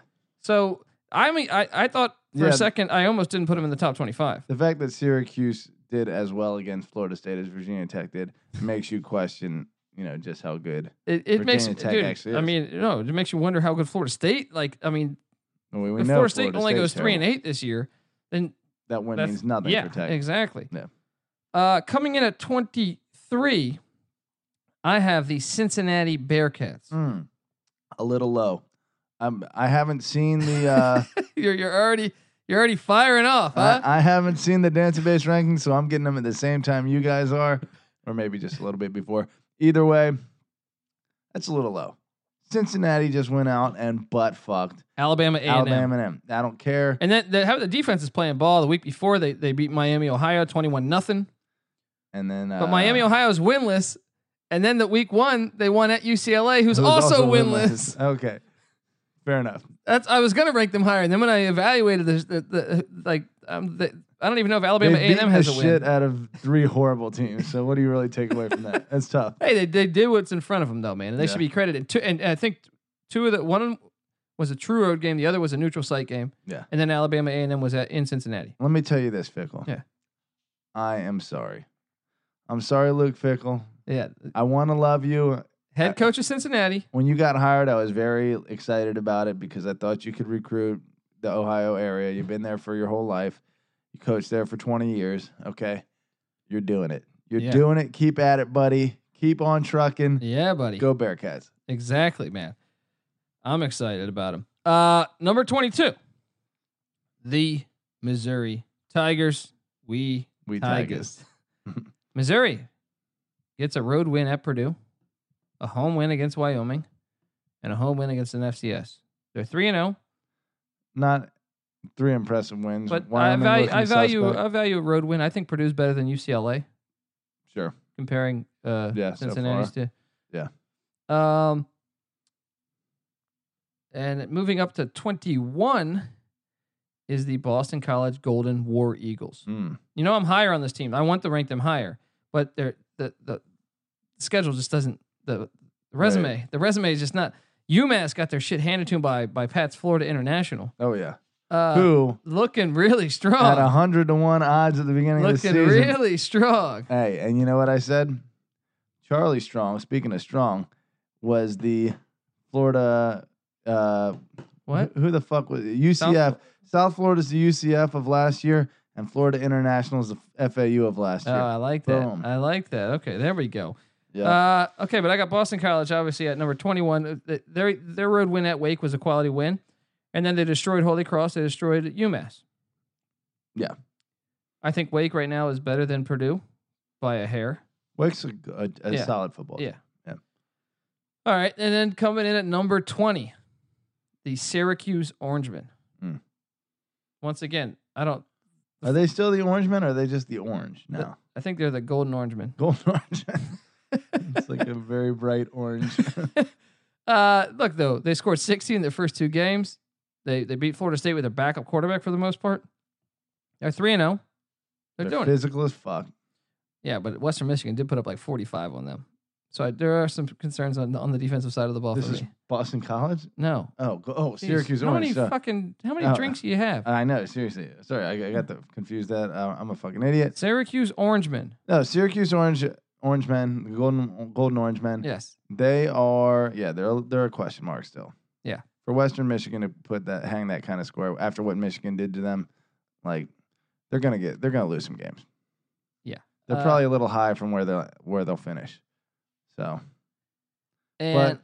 S1: So I mean, I I thought for
S2: Yeah.
S1: a second I almost didn't put them in the top twenty five.
S2: The fact that Syracuse did as well against Florida State as Virginia Tech did makes you question, you know, just how good.
S1: It, it makes
S2: Virginia Tech
S1: dude,
S2: actually
S1: I
S2: is.
S1: mean, no, it makes you wonder how good Florida State. Like, I mean,
S2: We, we
S1: if
S2: know
S1: Florida State only
S2: State's
S1: goes three and
S2: terrible.
S1: eight this year, then
S2: That win
S1: that's-
S2: means nothing
S1: yeah,
S2: for Tech.
S1: exactly.
S2: Yeah.
S1: Uh, coming in at twenty three, I have the Cincinnati Bearcats.
S2: Hmm. a little low. I'm, I haven't seen the. Uh,
S1: you're you're already you're already firing off, huh?
S2: I, I haven't seen the Dancer Base rankings, so I'm getting them at the same time you guys are, or maybe just a little bit before. Either way, that's a little low. Cincinnati just went out and butt fucked
S1: Alabama A and M.
S2: Alabama and I don't care.
S1: And then the, how the defense is playing ball. The week before they they beat Miami Ohio twenty one nothing,
S2: And then, uh,
S1: but Miami Ohio is winless. And then the week one they won at UCLA, who's,
S2: who's
S1: also, winless.
S2: Okay, fair enough.
S1: That's I was gonna rank them higher, and then when I evaluated this, the, the like um, the, I don't even know if Alabama A
S2: they
S1: and
S2: beat
S1: M has
S2: the
S1: a win.
S2: shit out of three horrible teams. So what do you really take away from that? That's tough.
S1: Hey, they, they did what's in front of them though, man, and they
S2: Yeah.
S1: should be credited. Two, and, and I think two of the one of 'em was a true road game, the other was a neutral site game.
S2: Yeah.
S1: and then Alabama A and M was at in Cincinnati.
S2: Let me tell you this, Fickle.
S1: Yeah.
S2: I am sorry. I'm sorry, Luke Fickle.
S1: Yeah,
S2: I want to love you.
S1: head coach of Cincinnati.
S2: when you got hired, I was very excited about it because I thought you could recruit the Ohio area. You've been there for your whole life. You coached there for 20 years. Okay. You're doing it. You're
S1: Yeah.
S2: doing it. Keep at it, buddy. Keep on trucking.
S1: Yeah, buddy.
S2: Go Bearcats.
S1: Exactly, man. I'm excited about him. Uh, number 22, the Missouri Tigers. We
S2: We Tigers.
S1: Tigers. Missouri gets a road win at Purdue, a home win against Wyoming, and a home win against an FCS. They're 3 and oh, 0,
S2: Not three impressive wins.
S1: but I
S2: Wyoming
S1: value
S2: looking
S1: I value uh,
S2: suspect.
S1: I value a road win. I think Purdue's better than UCLA
S2: sure.
S1: comparing uh
S2: Yeah, so
S1: Cincinnati's to
S2: Yeah.
S1: Um and moving up to 21 is the Boston College Golden War Eagles.
S2: Hmm.
S1: You know, I'm higher on this team. I want to rank them higher, but they're, the the schedule just doesn't the, the resume. The resume is just not. UMass got their shit handed to them by by Pat's Florida International.
S2: Oh yeah.
S1: Uh,
S2: Who
S1: looking really
S2: at
S1: strong.
S2: hundred to one odds at the beginning of the
S1: Looking
S2: season?
S1: really strong.
S2: Hey, and you know what I said? Charlie Strong, speaking of Strong, was the Florida. Uh,
S1: What?
S2: Who, who the fuck was it? UCF? South, Florida's the UCF of last year, and Florida International is the f- FAU of last
S1: Oh,
S2: year.
S1: I like that.
S2: Boom.
S1: I like that. Okay, there we go.
S2: yeah.
S1: Uh, okay, but I got Boston College obviously at number 21. Uh, th- Their their road win at Wake was a quality win. And then they destroyed Holy Cross. They destroyed UMass.
S2: Yeah.
S1: I think Wake right now is better than Purdue by a hair.
S2: Wake's a, g- a- a
S1: Yeah.
S2: solid football.
S1: Yeah.
S2: team. Yeah.
S1: All right. And then coming in at number 20, the Syracuse Orangemen.
S2: Mm.
S1: Once again, I don't,
S2: Are they still the orange men or are they just the orange now?
S1: I think they're the Golden Orangemen.
S2: Gold orange. it's like a very bright orange.
S1: Uh, look, though, they scored 60 in their first two games. They they beat Florida State with their backup quarterback for the most part. They're 3 and 0. They're doing it.
S2: physical as fuck.
S1: Yeah, but Western Michigan did put up like 45 on them. So I, there are some concerns on the, on the defensive side of the ball
S2: This
S1: for
S2: is
S1: me.
S2: Boston College.
S1: No.
S2: Oh, go, oh,
S1: Jeez,
S2: Syracuse
S1: how
S2: orange.
S1: Many
S2: sorry.
S1: fucking, how many
S2: Oh.
S1: drinks do you have?
S2: I know. Seriously, sorry, I, I got the confused. That uh, I'm a fucking idiot.
S1: Syracuse Orangemen.
S2: No, Syracuse orange, orange men, the golden, golden orange men.
S1: Yes.
S2: They are, yeah, they're they're a question mark still.
S1: Yeah.
S2: For Western Michigan to put that hang that kind of score after what Michigan did to them, like they're gonna get they're gonna lose some games.
S1: Yeah.
S2: They're
S1: Uh,
S2: probably a little high from where they are where they'll finish. So
S1: And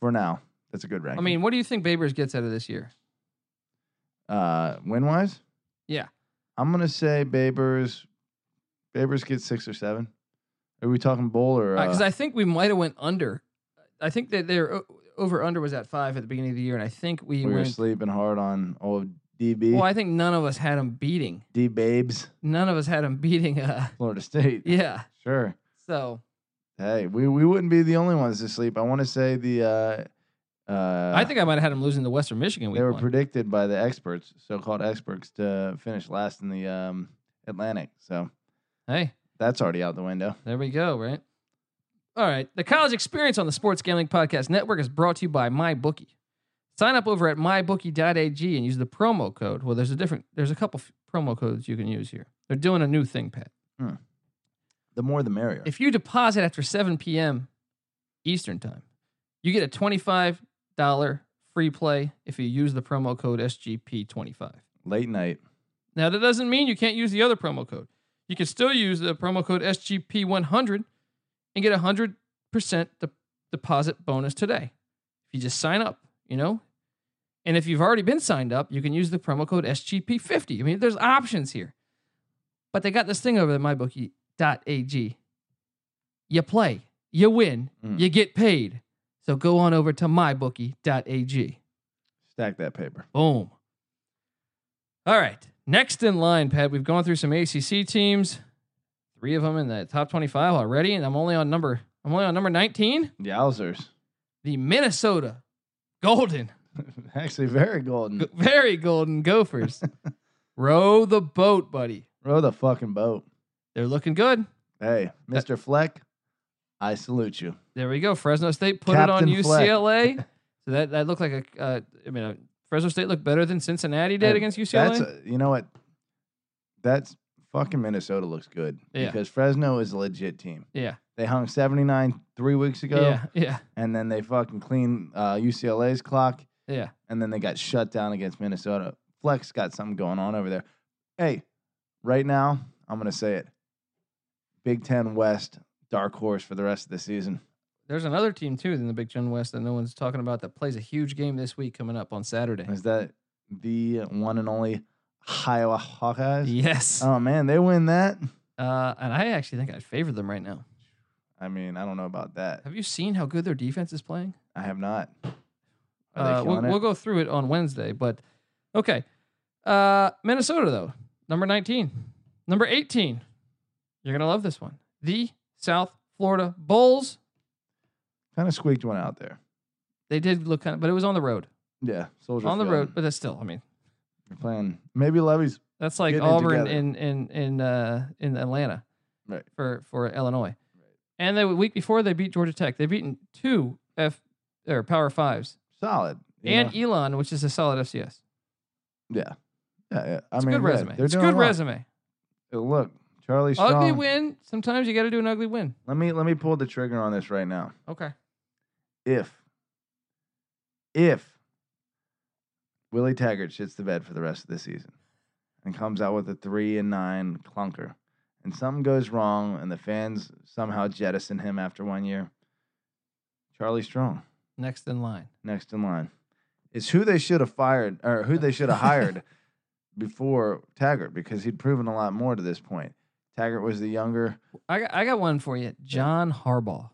S2: for now, that's a good ranking.
S1: I mean, what do you think Babers gets out of this year?
S2: uh, win wise,
S1: Yeah.
S2: I'm gonna say Babers. Babers gets six or seven. Are we talking bowl or?
S1: Because
S2: uh,
S1: I think we might have went under. I think that their over under was at five at the beginning of the year, and I think we,
S2: we were
S1: went.
S2: sleeping hard on old DB
S1: Well, I think none of us had them beating.
S2: D Babes
S1: None of us had them beating. Uh,
S2: Florida State.
S1: yeah.
S2: Sure.
S1: So
S2: Hey, we, we wouldn't be the only ones to sleep. I want to say the uh, uh,
S1: I think I might have had them losing to Western Michigan. Week
S2: they were
S1: one.
S2: predicted by the experts, so-called experts, to finish last in the um, Atlantic. So
S1: hey,
S2: that's already out the window.
S1: There we go, right? All right. The college experience on the Sports Gambling Podcast Network is brought to you by MyBookie. Sign up over at mybookie.ag and use the promo code. Well, there's a different, there's a couple f- promo codes you can use here. They're doing a new thing, Pat.
S2: The more, the merrier.
S1: If you deposit after 7 p.m. Eastern Time, you get a $25 free play if you use the promo code SGP25.
S2: Late night.
S1: Now, that doesn't mean you can't use the other promo code. You can still use the promo code SGP100 and get a 100% de- deposit bonus today if you just sign up, you know? And if you've already been signed up, you can use the promo code SGP50. I mean, there's options here. But they got this thing over at mybookie.ag. You play, you win,
S2: Mm.
S1: you get paid. So go on over to mybookie.ag.
S2: Stack that paper.
S1: Boom. All right. Next in line, Pat, we've gone through some ACC teams, three of them in the top 25 already, and I'm only on number I'm only on number 19,
S2: Yowzers.
S1: the Minnesota Golden,
S2: Actually, very golden.
S1: g- very golden Gophers. Row the boat, buddy.
S2: Row the fucking boat.
S1: They're looking good.
S2: Hey, Mr. Fleck, I salute you.
S1: There we go. Fresno State put
S2: Captain
S1: it on
S2: Fleck.
S1: UCLA. so that that looked like a uh, I mean, uh, Fresno State looked better than Cincinnati did
S2: Hey,
S1: against UCLA.
S2: That's a, you know what? That's fucking Minnesota looks good
S1: Yeah.
S2: because Fresno is a legit team.
S1: yeah.
S2: They hung 79 three weeks ago,
S1: Yeah. Yeah.
S2: and then they fucking cleaned uh, UCLA's clock,
S1: Yeah.
S2: and then they got shut down against Minnesota. Flex got something going on over there. Hey, right now, I'm going to say it Big Ten West, dark horse for the rest of the season.
S1: There's another team too in the Big Ten West that no one's talking about that plays a huge game this week coming up on Saturday.
S2: Is that the one and only Iowa Hawkeyes?
S1: Yes,
S2: Oh, man, they win that.
S1: uh, and I actually think I'd favor them right now.
S2: I mean, I don't know about that.
S1: Have you seen how good their defense is playing?
S2: I have not. Are they
S1: Uh, we'll,
S2: killing it?
S1: we'll go through it on Wednesday, but okay. Uh, Minnesota though, number 19, number 18. You're gonna love this one. The South Florida Bulls.
S2: Kind of squeaked one out there.
S1: They did look kind of, but it was on the road,
S2: Yeah, Soldier
S1: on the
S2: Field.
S1: road. But that's still, I mean,
S2: You're playing maybe Levy's
S1: That's like
S2: Getting it
S1: Auburn
S2: together.
S1: in in in uh, in Atlanta,
S2: Right.
S1: For for Illinois, and the week before they beat Georgia Tech. They've beaten two F or Power Fives
S2: solid. you
S1: and
S2: know?
S1: Elon, which is a solid FCS.
S2: yeah. yeah, yeah. I
S1: It's a
S2: mean,
S1: good
S2: yeah,
S1: resume.
S2: They're
S1: It's a
S2: doing
S1: good
S2: well.
S1: resume.
S2: Uh, Look, Charlie Strong.
S1: Ugly win. Sometimes you got to do an ugly win.
S2: Let me let me pull the trigger on this right now.
S1: Okay.
S2: If if Willie Taggart shits the bed for the rest of the season and comes out with a three and nine clunker, and something goes wrong, and the fans somehow jettison him after one year, Charlie Strong
S1: Next in line.
S2: next in line. is who they should have fired or who they should have hired before Taggart because he'd proven a lot more to this point. Taggart was the younger
S1: I got, I got one for you. John Harbaugh.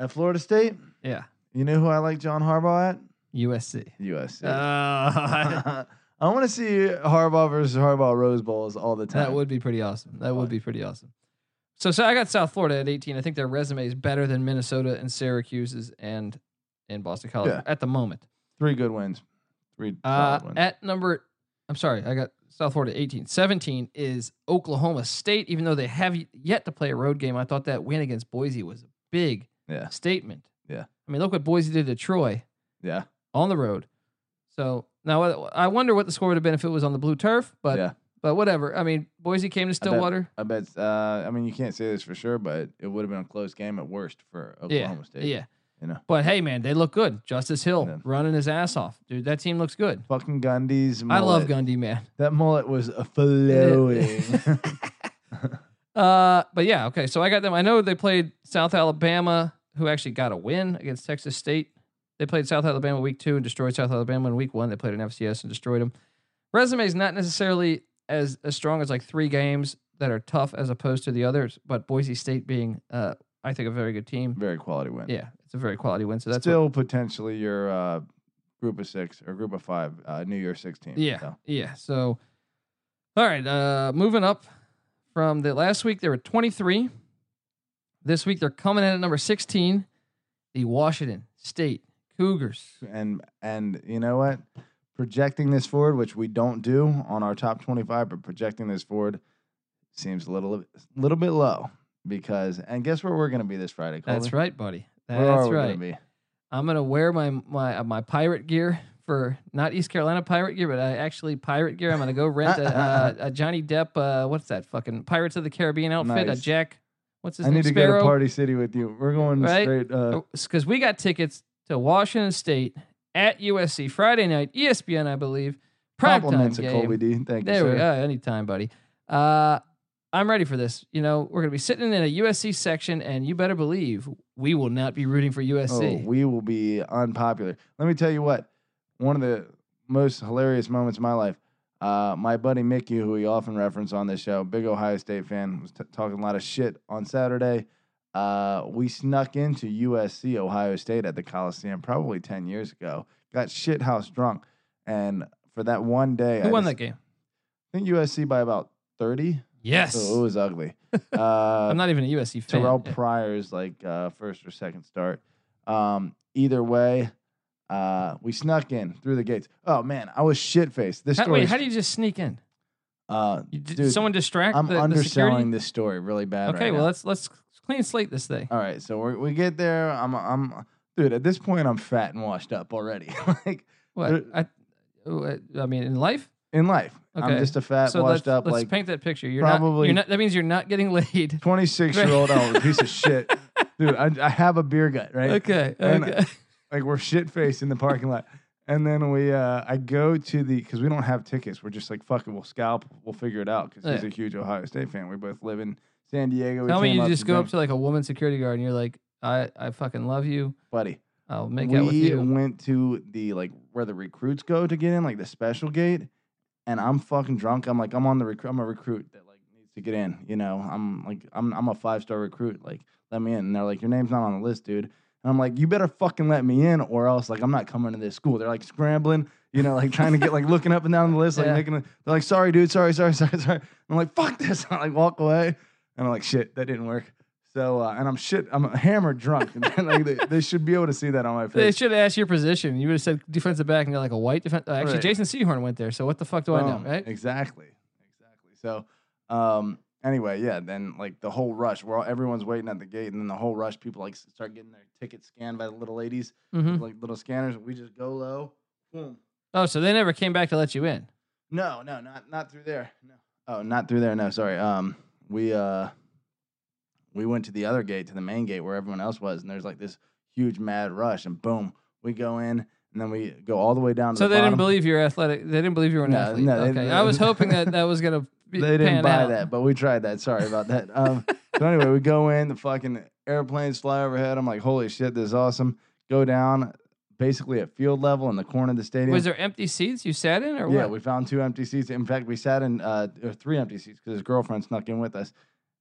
S2: at Florida State.
S1: Yeah.
S2: You know who I like John Harbaugh at?
S1: USC.
S2: USC.
S1: Uh,
S2: I want to see Harbaugh versus Harbaugh Rose Bowls all the time.
S1: that would be pretty awesome. That would be pretty awesome. So, so I got South Florida at 18. I think their resume is better than Minnesota and Syracuse's and and Boston College
S2: Yeah.
S1: at the moment.
S2: three good wins. Three
S1: Uh,
S2: solid wins.
S1: at number, I'm sorry, I got South Florida 18. 17 is Oklahoma State. Even though they have yet to play a road game, I thought that win against Boise was a big
S2: yeah,
S1: statement.
S2: Yeah.
S1: I mean, look what Boise did to Troy
S2: yeah,
S1: on the road. So now I I wonder what the score would have been if it was on the blue turf, but
S2: yeah.
S1: but whatever. I mean, Boise came to Stillwater.
S2: I bet. Uh, I mean, you can't say this for sure, but it would have been a close game at worst for Oklahoma State.
S1: Yeah.
S2: you know.
S1: But hey, man, they look good. Justice Hill
S2: Yeah.
S1: running his ass off, dude. That team looks good.
S2: Fucking Gundy's.
S1: I
S2: Mullet.
S1: love Gundy, man.
S2: That mullet was a flowing.
S1: Uh, but yeah, okay. So I got them. I know they played South Alabama, who actually got a win against Texas State. They played South Alabama week two and destroyed South Alabama in week one. They played an FCS and destroyed them. Resume is not necessarily as as strong as like three games that are tough as opposed to the others. But Boise State being, uh, I think a very good team.
S2: Very quality win.
S1: Yeah, it's a very quality win. So that's what-
S2: Still potentially your uh, group of six or group of five, uh, New Year six team.
S1: Yeah.
S2: So,
S1: Yeah. So, all right. Uh, moving up from the last week, there were 23. This week, they're coming in at number 16, the Washington State Cougars.
S2: and and you know what? Projecting this forward, which we don't do on our top twenty five, but projecting this forward seems a little little bit low because and guess where we're gonna be this Friday? Colby?
S1: That's right, buddy.
S2: Where are
S1: That's
S2: we
S1: right.
S2: gonna be?
S1: I'm gonna wear my my uh, my pirate gear for not East Carolina pirate gear, but I actually pirate gear. I'm gonna go rent a, uh, a Johnny Depp. Uh, what's that fucking Pirates of the Caribbean outfit?
S2: Nice.
S1: A Jack. What's his
S2: I
S1: name?
S2: need to
S1: Sparrow?
S2: go to Party City with you. We're going
S1: Right? Oh,
S2: straight. Uh,
S1: because we got tickets to Washington State at USC Friday night, E ESPN, I believe. Primetime
S2: compliments of
S1: game.
S2: Colby D. Thank you,
S1: there we
S2: sir.
S1: go. Anytime, buddy. Uh, I'm ready for this. You know, we're gonna be sitting in a USC section, and you better believe we will not be rooting for
S2: Oh,
S1: USC.
S2: we will be unpopular. Let me tell you what. One of the most hilarious moments of my life. Uh, my buddy Mickey, who we often reference on this show, big Ohio State fan, was t- talking a lot of shit on Saturday. Uh, we snuck into USC Ohio State at the Coliseum probably ten years ago. Got shit house drunk, and for that one day,
S1: Who
S2: I
S1: won
S2: just-
S1: that game?
S2: I think USC by about thirty.
S1: Yes.
S2: So it was ugly. Uh,
S1: I'm not even a USC fan.
S2: Terrell
S1: Yeah.
S2: Pryor's like uh, first or second start. Um, either way, uh, we snuck in through the gates. Oh man, I was shit faced. This
S1: How,
S2: story,
S1: wait, how do you just sneak in?
S2: uh,
S1: You, did
S2: Dude,
S1: someone distract
S2: I'm
S1: the, the
S2: underselling
S1: security?
S2: this story really bad.
S1: Okay,
S2: right
S1: well
S2: now.
S1: let's let's clean slate this thing.
S2: all right. So we we get there. I'm I'm dude. At this point, I'm fat and washed up already. like
S1: What? I, oh, I mean, in life.
S2: in life, I'm
S1: Okay.
S2: just a fat
S1: so
S2: washed
S1: let's,
S2: up
S1: let's
S2: like
S1: paint that picture. You're not,
S2: probably-
S1: you're not. That means you're not getting laid.
S2: 26 year old oh, piece of shit. Dude, I, I have a beer gut, right?
S1: Okay.
S2: And-
S1: Okay.
S2: like we're shit faced in the parking lot. And then we, uh, I go to the because we don't have tickets. We're just like, fuck it, we'll scalp, we'll figure it out. Because he's
S1: Yeah.
S2: a huge Ohio State fan. We both live in San Diego. We
S1: Tell me
S2: came
S1: you just
S2: to
S1: go
S2: drink-
S1: up to like a woman security guard and you're like, I I fucking love you.
S2: buddy.
S1: I'll make
S2: we
S1: out with you.
S2: went to the like where the recruits go to get in, like the special gate. And I'm fucking drunk. I'm like, I'm on the recruit. I'm a recruit that like needs to get in. You know, I'm like, I'm I'm a five star recruit. Like, let me in. And they're like, your name's not on the list, dude. And I'm like, you better fucking let me in, or else like I'm not coming to this school. They're like scrambling, you know, like trying to get like looking up and down the list, like
S1: Yeah.
S2: making. A, they're like, sorry, dude, sorry, sorry, sorry, sorry. I'm like, fuck this. I like walk away, and I'm like, shit, that didn't work. So uh, and I'm shit, I'm hammered drunk. And like they, they should be able to see that on my face.
S1: They should ask your position. You would have said defensive back and you're like a white defense. uh, actually,
S2: Right. Oh,
S1: Jason Seahorn went there. So what the fuck do I
S2: Boom.
S1: know, right?
S2: Exactly. Exactly. So, um, anyway, yeah, then like the whole rush, where all, everyone's waiting at the gate, and then the whole rush, people like s- start getting their tickets scanned by the little ladies,
S1: hmm
S2: like little scanners. We just go low. Boom.
S1: Oh, so they never came back to let you in.
S2: No, no, not not through there. No. Oh, not through there. No, sorry. Um, we uh, we went to the other gate, to the main gate where everyone else was, and there's like this huge mad rush, and boom, we go in, and then we go all the way down. To
S1: So
S2: the
S1: they didn't
S2: bottom.
S1: believe you're athletic. They didn't believe you were an
S2: No,
S1: athlete.
S2: no, they-
S1: okay.
S2: they-
S1: I was hoping that that was gonna. Be,
S2: they didn't
S1: pan
S2: buy
S1: out.
S2: that, but we tried that. Sorry about that. Um, so anyway, we go in, the fucking airplanes fly overhead. I'm like, holy shit, this is awesome. Go down, basically at field level in the corner of the stadium.
S1: Was there empty seats you sat in, or
S2: yeah,
S1: what?
S2: we found two empty seats. In fact, we sat in uh, or three empty seats because his girlfriend snuck in with us.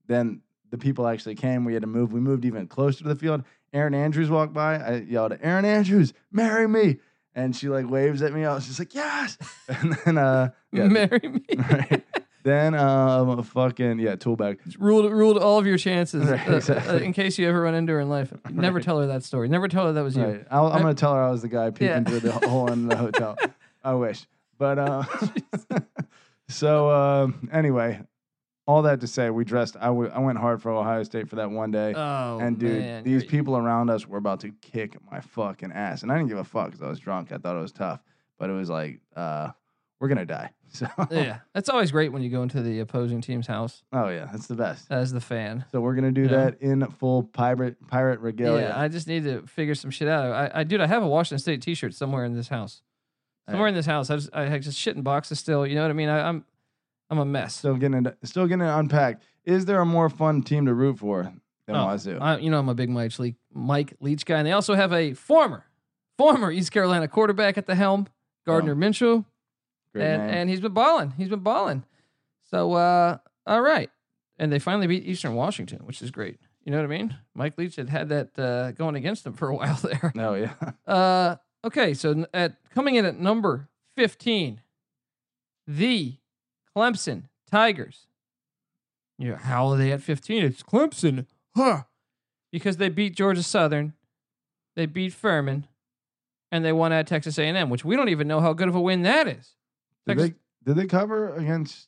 S2: Then the people actually came. We had to move. We moved even closer to the field. Aaron Andrews walked by. I yelled, "Aaron Andrews, marry me!" And she like waves at me. I was just like, "Yes!" And then uh, yeah,
S1: Marry me.
S2: right. then um, fucking yeah, tool bag.
S1: ruled ruled all of your chances
S2: Right,
S1: uh, uh,
S2: exactly.
S1: in case you ever run into her in life. Never
S2: Right.
S1: tell her that story. Never tell her that was you.
S2: Right. I'll, I'm gonna tell her I was the guy peeking
S1: Yeah.
S2: through the hole in the hotel. I wish, but uh, so um, anyway, all that to say, we dressed. I w- I went hard for Ohio State for that one day,
S1: Oh,
S2: and dude,
S1: man.
S2: these
S1: You're-
S2: people around us were about to kick my fucking ass, and I didn't give a fuck because I was drunk. I thought it was tough, but it was like, uh, we're gonna die. So
S1: Yeah, that's always great when you go into the opposing team's house
S2: oh yeah, that's the best.
S1: as the fan.
S2: So we're gonna
S1: Uh,
S2: do
S1: Yeah.
S2: that in full pirate pirate
S1: Yeah,
S2: regalia.
S1: I just need to figure some shit out. I, I dude, I have a Washington State T-shirt somewhere in this house.
S2: Hey.
S1: Somewhere in this house, I just, I have just shit in boxes still. You know what I mean? I, I'm I'm a mess.
S2: Still getting it, still getting it unpacked. Is there a more fun team to root for than
S1: Oh,
S2: Wazoo?
S1: I, you know, I'm a big Mike Leach, Mike Leach guy, and they also have a former former East Carolina quarterback at the helm, Gardner Minshew.
S2: Great
S1: and,
S2: name.
S1: and he's been balling. He's been balling. So uh, all right, and they finally beat Eastern Washington, which is great. You know what I mean? Mike Leach had had that uh, going against him for a while there.
S2: no, yeah,
S1: Uh, okay, so n- at coming in at number fifteen, the Clemson Tigers. Yeah, how are they at fifteen? It's Clemson, huh? Because they beat Georgia Southern, they beat Furman, and they won at Texas A and M, which we don't even know how good of a win that is.
S2: did
S1: Texas-
S2: they did they cover against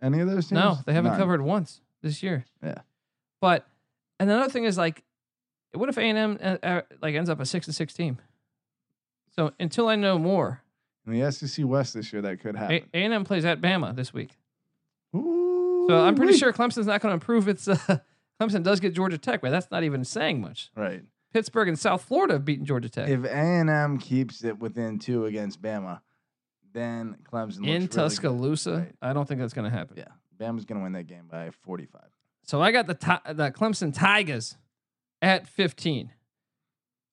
S2: any of those teams?
S1: No, they haven't
S2: None.
S1: covered once this year.
S2: Yeah.
S1: But and another thing is like, what if A and M uh, like ends up a six and six team? So until I know more,
S2: in the SEC West this year. That could
S1: A
S2: happen.
S1: and M plays at Bama this week. So
S2: Ooh-wee.
S1: I'm pretty sure Clemson's not going to improve its. Uh, Clemson does get Georgia Tech, but that's not even saying much.
S2: Right.
S1: Pittsburgh and South Florida have beaten Georgia Tech
S2: If A and M keeps it within two against Bama, then Clemson looks really
S1: in
S2: good.
S1: Tuscaloosa.
S2: Right.
S1: I don't think that's going to happen.
S2: Yeah, Bama's gonna win that game by 45.
S1: So I got the ti- the Clemson Tigers at 15.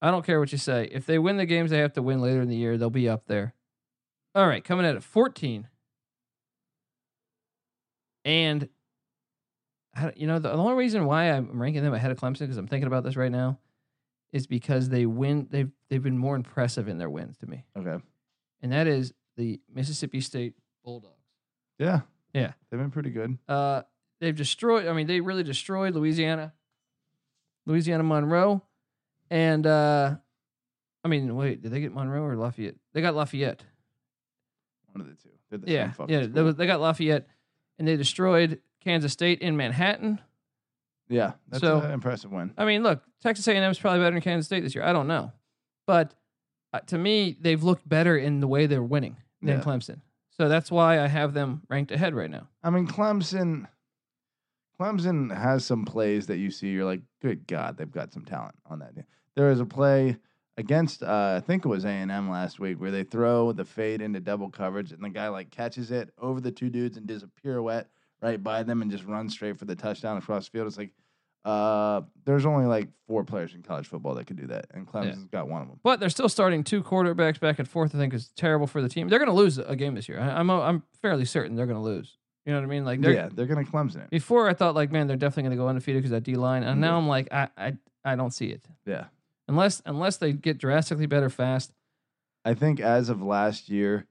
S1: I don't care what you say. If they win the games they have to win later in the year, they'll be up there. All right, coming in at 14. And I, don't- you know, the, the only reason why I'm ranking them ahead of Clemson because I'm thinking about this right now is because they win they've they've been more impressive in their wins to me.
S2: Okay.
S1: And that is the Mississippi State Bulldogs.
S2: Yeah.
S1: Yeah.
S2: They've been pretty good.
S1: Uh, they've destroyed. I mean, they really destroyed Louisiana, Louisiana Monroe, and uh, I mean, wait, did they get Monroe or Lafayette? They got Lafayette.
S2: One of the two. They're the
S1: Yeah,
S2: same fucking
S1: yeah, they,
S2: school.
S1: was- they got Lafayette, and they destroyed Kansas State in Manhattan.
S2: yeah. That's
S1: So-
S2: an impressive win.
S1: I mean, look, Texas A&M is probably better than Kansas State this year. I don't know, but uh, to me, they've looked better in the way they're winning than
S2: Yeah.
S1: Clemson. So that's why I have them ranked ahead right now.
S2: I mean, Clemson. Clemson has some plays that you see. You're like, good God, they've got some talent on that. team." There was a play against, uh, I think it was A and M last week, where they throw the fade into double coverage, and the guy like catches it over the two dudes and does a pirouette right by them and just runs straight for the touchdown across the field. It's like, uh, there's only like four players in college football that could do that, and Clemson's got one of them.
S1: But they're still starting two quarterbacks back and forth. I think is terrible for the team. They're going to lose a game this year. I, I'm I'm fairly certain they're going to lose. You know what I mean? Like they're,
S2: yeah, they're gonna Clemson it.
S1: before I thought like man they're definitely going to go undefeated because that D line, and
S2: Mm-hmm.
S1: now I'm like I, I I don't see it
S2: Yeah.
S1: unless unless they get drastically better fast.
S2: I think as of last year,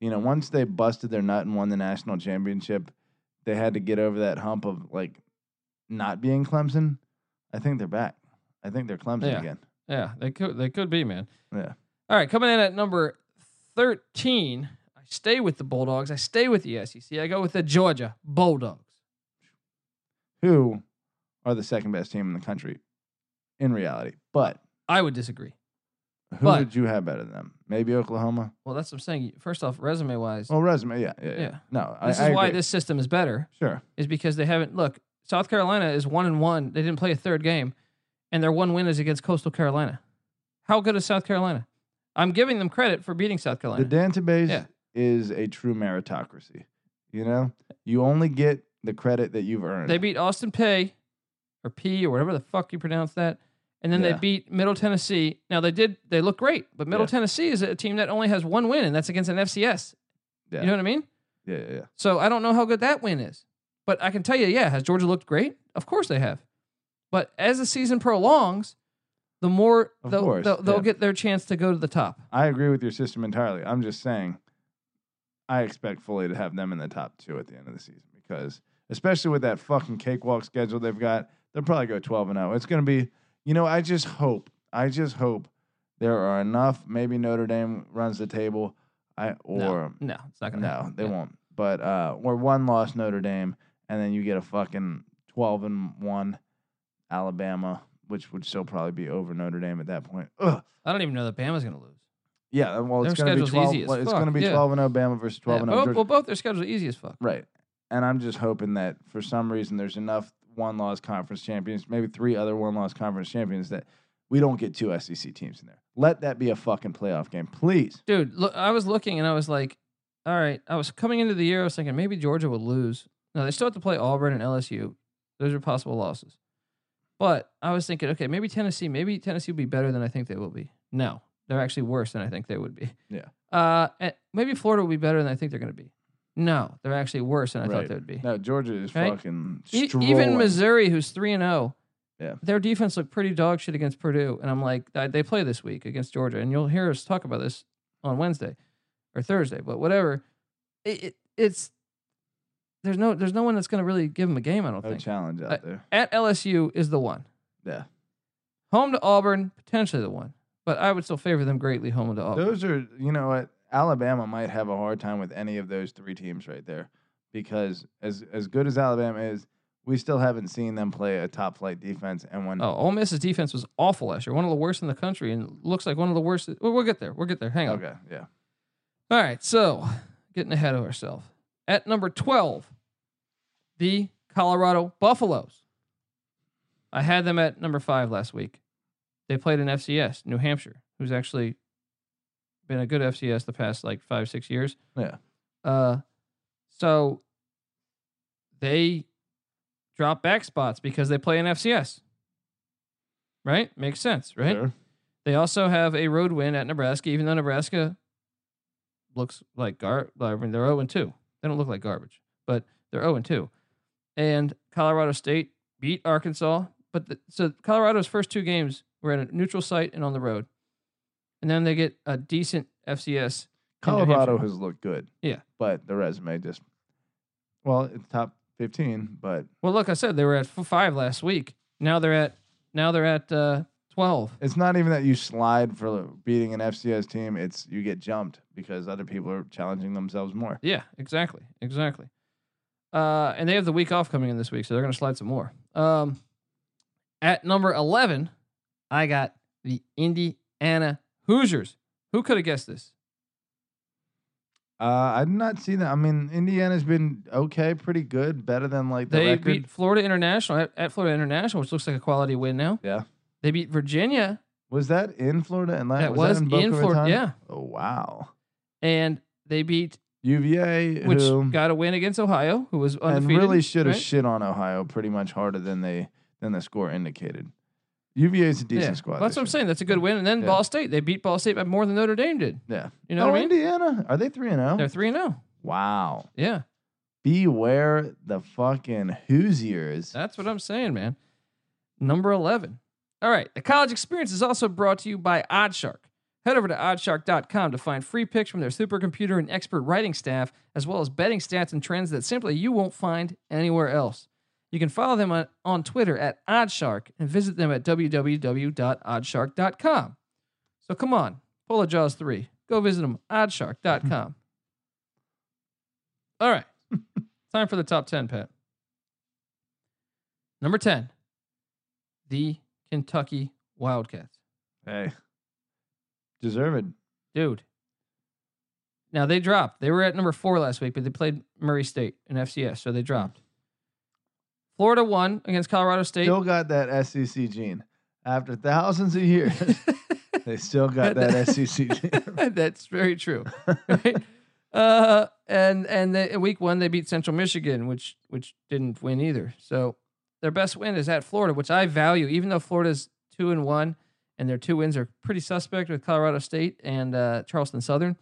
S2: you know, once they busted their nut and won the national championship, they had to get over that hump of like not being Clemson. I think they're back. I think they're Clemson
S1: Yeah.
S2: again.
S1: Yeah, they could they could be man.
S2: Yeah.
S1: All right, coming in at number thirteen, I stay with the Bulldogs. I stay with the SEC. I go with the Georgia Bulldogs.
S2: Who are the second best team in the country in reality? But
S1: I would disagree.
S2: who
S1: But-
S2: would you have better than them? Maybe Oklahoma?
S1: Well, that's what I'm saying. First off, resume wise,
S2: Well, resume. Yeah. Yeah. yeah.
S1: Yeah.
S2: No, Oh, I,
S1: this
S2: I
S1: is why
S2: agree.
S1: this system is better.
S2: Sure.
S1: is because they haven't look. South Carolina is one and one. They didn't play a third game, and their one win is against Coastal Carolina. How good is South Carolina? I'm giving them credit for beating South
S2: The
S1: Carolina.
S2: database
S1: Yeah.
S2: is a true meritocracy. You know, you only get the credit that you've earned.
S1: They beat Austin Pay, or P, or whatever the fuck you pronounce that, and then
S2: Yeah.
S1: they beat Middle Tennessee. Now they did they look great, but Middle
S2: Yeah.
S1: Tennessee is a team that only has one win, and that's against an FCS.
S2: Yeah.
S1: You know what I mean?
S2: Yeah, yeah, yeah.
S1: So I don't know how good that win is, but I can tell you, yeah, has Georgia looked great? Of course they have. But as the season prolongs, the more
S2: Of
S1: they'll,
S2: course,
S1: they'll, they'll
S2: yeah.
S1: get their chance to go to the top.
S2: I agree with your system entirely. I'm just saying, I expect fully to have them in the top two at the end of the season because, especially with that fucking cakewalk schedule they've got, they'll probably go 12 and 0. It's going to be, you know, I just hope, I just hope there are enough. Maybe Notre Dame runs the table, I or
S1: no, no, it's not
S2: no,
S1: gonna. happen.
S2: they
S1: Yeah.
S2: won't. But uh, or one loss Notre Dame, and then you get a fucking 12 and one Alabama, which would still probably be over Notre Dame at that point. Ugh.
S1: I don't even know that Bama's gonna lose.
S2: Yeah, well, it's
S1: Their
S2: going to be
S1: schedule's
S2: twelve.
S1: easy as
S2: well, it's
S1: fuck,
S2: going to be
S1: yeah.
S2: twelve and Alabama versus twelve
S1: Yeah, Oh,
S2: and oh,
S1: both-
S2: Georgia.
S1: well, both their schedules are easy as fuck.
S2: Right, and I'm just hoping that for some reason there's enough one-loss conference champions, maybe three other one-loss conference champions, that we don't get two SEC teams in there. Let that be a fucking playoff game, please.
S1: Dude, look, I was looking and I was like, all right, I was coming into the year, I was thinking maybe Georgia would lose. No, they still have to play Auburn and LSU. Those are possible losses. But I was thinking, okay, maybe Tennessee, maybe Tennessee will be better than I think they will be. No, they're actually worse than I think they would be.
S2: Yeah.
S1: Uh, and maybe Florida will be better than I think they're going to be. No, they're actually worse than I
S2: Right.
S1: thought they would be.
S2: No, Georgia is
S1: Right?
S2: fucking
S1: E-
S2: strolling.
S1: even Missouri, who's three and zero,
S2: Yeah.
S1: their defense looked pretty dog shit against Purdue, and I'm like, I- they play this week against Georgia, and you'll hear us talk about this on Wednesday or Thursday, but whatever. It, it, it's there's no there's no one that's going to really give them a game. I don't
S2: no
S1: think
S2: challenge out
S1: I-
S2: there.
S1: at LSU is the one.
S2: Yeah,
S1: Home to Auburn, potentially the one, but I would still favor them greatly. Home to Auburn.
S2: those are you know what Alabama might have a hard time with any of those three teams right there because as as good as Alabama is. We still haven't seen them play a top flight defense, and when
S1: Oh, Ole Miss's defense was awful last year, one of the worst in the country, and looks like one of the worst. We'll, we'll get there. We'll get there. Hang on.
S2: okay, yeah,
S1: All right, so getting ahead of ourselves. At number 12, the Colorado Buffaloes. I had them at number five last week. They played in FCS, New Hampshire, who's actually been a good FCS the past like five, six years.
S2: Yeah.
S1: Uh, so they drop back spots because they play in FCS. Right? Makes sense, right?
S2: Sure.
S1: They also have a road win at Nebraska, even though Nebraska looks like gar. I mean, they're zero and two. They don't look like garbage, but they're zero and two. And Colorado State beat Arkansas, but the, so Colorado's first two games were at a neutral site and on the road, and then they get a decent FCS. in New Hampshire.
S2: Colorado has looked good.
S1: Yeah.
S2: But the resume just, well, it's top 15, but
S1: Well, look, I said they were at f- five last week. Now they're at now they're at uh, twelve.
S2: it's not even that you slide for beating an FCS team. It's you get jumped because other people are challenging themselves more.
S1: Yeah, exactly, exactly. Uh, and they have the week off coming in this week, so they're going to slide some more. Um, at number eleven, I got the Indiana Hoosiers. Who could have guessed this?
S2: Uh, I did not see that. I mean, Indiana's been okay, pretty good, better than like the
S1: they
S2: record.
S1: beat Florida International at, at Florida International, which looks like a quality win now.
S2: Yeah.
S1: They beat Virginia.
S2: was that in Florida? And
S1: That
S2: that
S1: was
S2: that in, Boca
S1: in Florida,
S2: Raton?
S1: yeah.
S2: Oh wow.
S1: And they beat,
S2: UVA,
S1: which
S2: who,
S1: got a win against Ohio, who was
S2: and
S1: undefeated.
S2: really should have
S1: right?
S2: shit on Ohio pretty much harder than they than the score indicated. UVA is a decent squad.
S1: Well, that's
S2: this
S1: what I'm
S2: year.
S1: saying. That's a good win. And then
S2: Yeah.
S1: Ball State, they beat Ball State by more than Notre Dame did.
S2: Yeah.
S1: You know
S2: oh,
S1: what I mean?
S2: Indiana. Are they 3 and 0?
S1: They're three and zero.
S2: Wow.
S1: Yeah.
S2: Beware the fucking Hoosiers.
S1: That's what I'm saying, man. Number 11. All right. The college experience is also brought to you by Oddshark. Head over to oddshark.com to find free picks from their supercomputer and expert writing staff, as well as betting stats and trends that simply you won't find anywhere else. You can follow them on, on Twitter at Oddshark and visit them at www.oddshark.com. So come on, pull a Jaws 3. Go visit them, oddshark.com. All right. Time for the top 10, Pat. Number 10, the Kentucky Wildcats.
S2: Hey. Deserved.
S1: Dude. Now they dropped. They were at number four last week, but they played Murray State in FCS, so they dropped. Florida won against Colorado State.
S2: Still got that SEC gene. After thousands of years, they still got that SEC gene.
S1: That's very true. Right? uh, and and the, in week one they beat Central Michigan, which which didn't win either. So their best win is at Florida, which I value, even though Florida's two and one, and their two wins are pretty suspect with Colorado State and uh, Charleston Southern.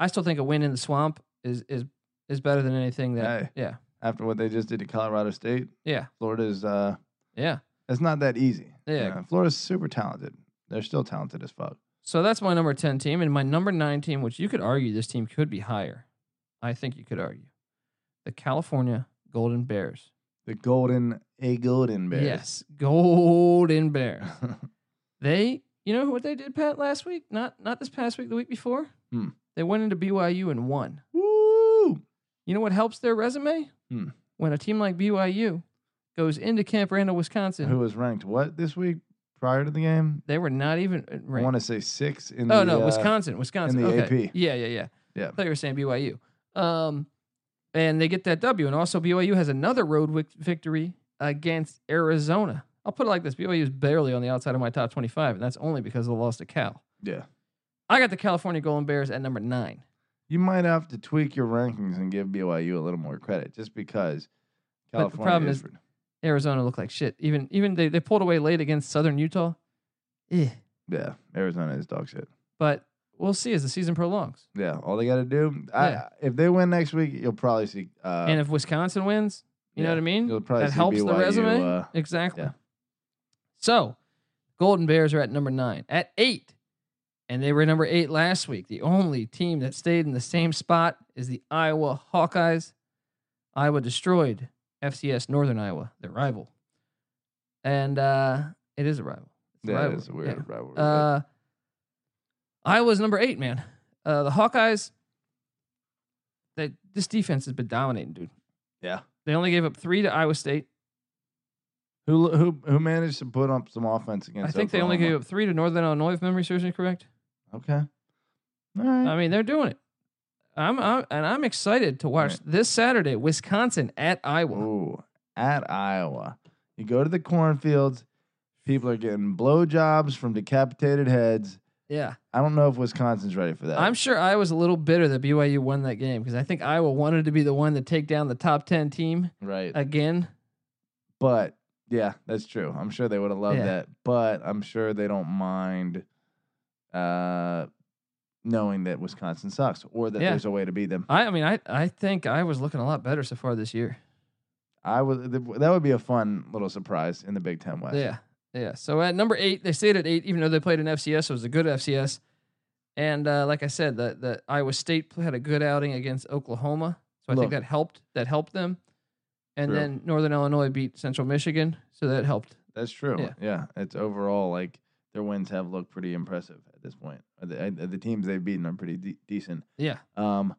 S1: I still think a win in the swamp is is is better than anything that.
S2: Hey.
S1: Yeah,
S2: After what they just did to Colorado State,
S1: yeah,
S2: Florida's uh,
S1: yeah.
S2: it's not that easy.
S1: Yeah.
S2: know, Florida's super talented. They're still talented as fuck.
S1: So that's my number ten team, and my number nine team, which you could argue this team could be higher. I think you could argue the California Golden Bears.
S2: The golden a golden bear.
S1: Yes, Golden Bears. They, you know what they did, Pat, last week? Not not this past week, the week before.
S2: Hmm.
S1: They went into BYU and won.
S2: Woo!
S1: You know what helps their resume?
S2: Hmm.
S1: When a team like BYU goes into Camp Randall, Wisconsin,
S2: Who was ranked what this week prior to the game?
S1: they were not even uh,
S2: I want
S1: ranked.
S2: to say six in
S1: Oh
S2: the
S1: no,
S2: uh,
S1: Wisconsin, Wisconsin.
S2: the
S1: okay.
S2: AP.
S1: Yeah, yeah, yeah.
S2: Yeah.
S1: I thought you were saying BYU. Um, and they get that W, and also BYU has another road wic- victory against Arizona. I'll put it like this: BYU is barely on the outside of my top twenty-five, and that's only because of the loss to Cal.
S2: Yeah.
S1: I got the California Golden Bears at number nine.
S2: You might have to tweak your rankings and give BYU a little more credit just because
S1: But
S2: California
S1: the problem
S2: is,
S1: is- Arizona looked like shit. Even even they, they pulled away late against Southern Utah. Eh.
S2: yeah, Arizona is dog shit.
S1: But we'll see as the season prolongs.
S2: Yeah, all they got to do
S1: Yeah.
S2: I, if they win next week, you'll probably see uh
S1: and if Wisconsin wins, you know
S2: yeah,
S1: what I mean?
S2: you'll probably
S1: that
S2: see
S1: helps the
S2: BYU,
S1: resume.
S2: uh,
S1: exactly.
S2: yeah.
S1: So, Golden Bears are at number nine. At eight, and they were number eight last week. The only team that stayed in the same spot is the Iowa Hawkeyes. Iowa destroyed FCS Northern Iowa, their rival. And uh, it is a rival. It's a
S2: that
S1: rival.
S2: is a weird
S1: Yeah.
S2: rivalry. but-
S1: Uh, Iowa's number eight, man. Uh, the Hawkeyes. They, this defense has been dominating, dude.
S2: Yeah.
S1: They only gave up three to Iowa State.
S2: Who who who managed to put up some offense
S1: I
S2: against?
S1: think they only gave
S2: Oklahoma?
S1: up three to Northern Illinois, if memory serves me correct.
S2: Okay. All right.
S1: I mean, they're doing it. I'm, I'm and I'm excited to watch
S2: Right.
S1: this Saturday, Wisconsin at Iowa.
S2: Ooh, at Iowa, you go to the cornfields. People are getting blowjobs from decapitated heads.
S1: Yeah,
S2: I don't know if Wisconsin's ready for that.
S1: I'm sure Iowa's a little bitter that BYU won that game because I think Iowa wanted to be the one to take down the top ten team
S2: right,
S1: again.
S2: but yeah, that's true. I'm sure they would have loved
S1: Yeah.
S2: that, but I'm sure they don't mind uh, knowing that Wisconsin sucks or that
S1: Yeah.
S2: there's a way to beat them.
S1: I, I mean, I, I think Iowa's looking a lot better so far this year.
S2: I would. That would be a fun little surprise in the Big Ten West.
S1: Yeah. Yeah. So at number eight, they stayed at eight, even though they played an FCS. So it was a good FCS. And uh, like I said, the, the Iowa State had a good outing against Oklahoma. So I
S2: Look.
S1: think that helped. That helped them. And
S2: True.
S1: then Northern Illinois beat Central Michigan. So that helped.
S2: That's true.
S1: Yeah.
S2: Yeah. It's overall like their wins have looked pretty impressive at this point. Uh, The, uh, the teams they've beaten are pretty de- decent.
S1: Yeah.
S2: Um,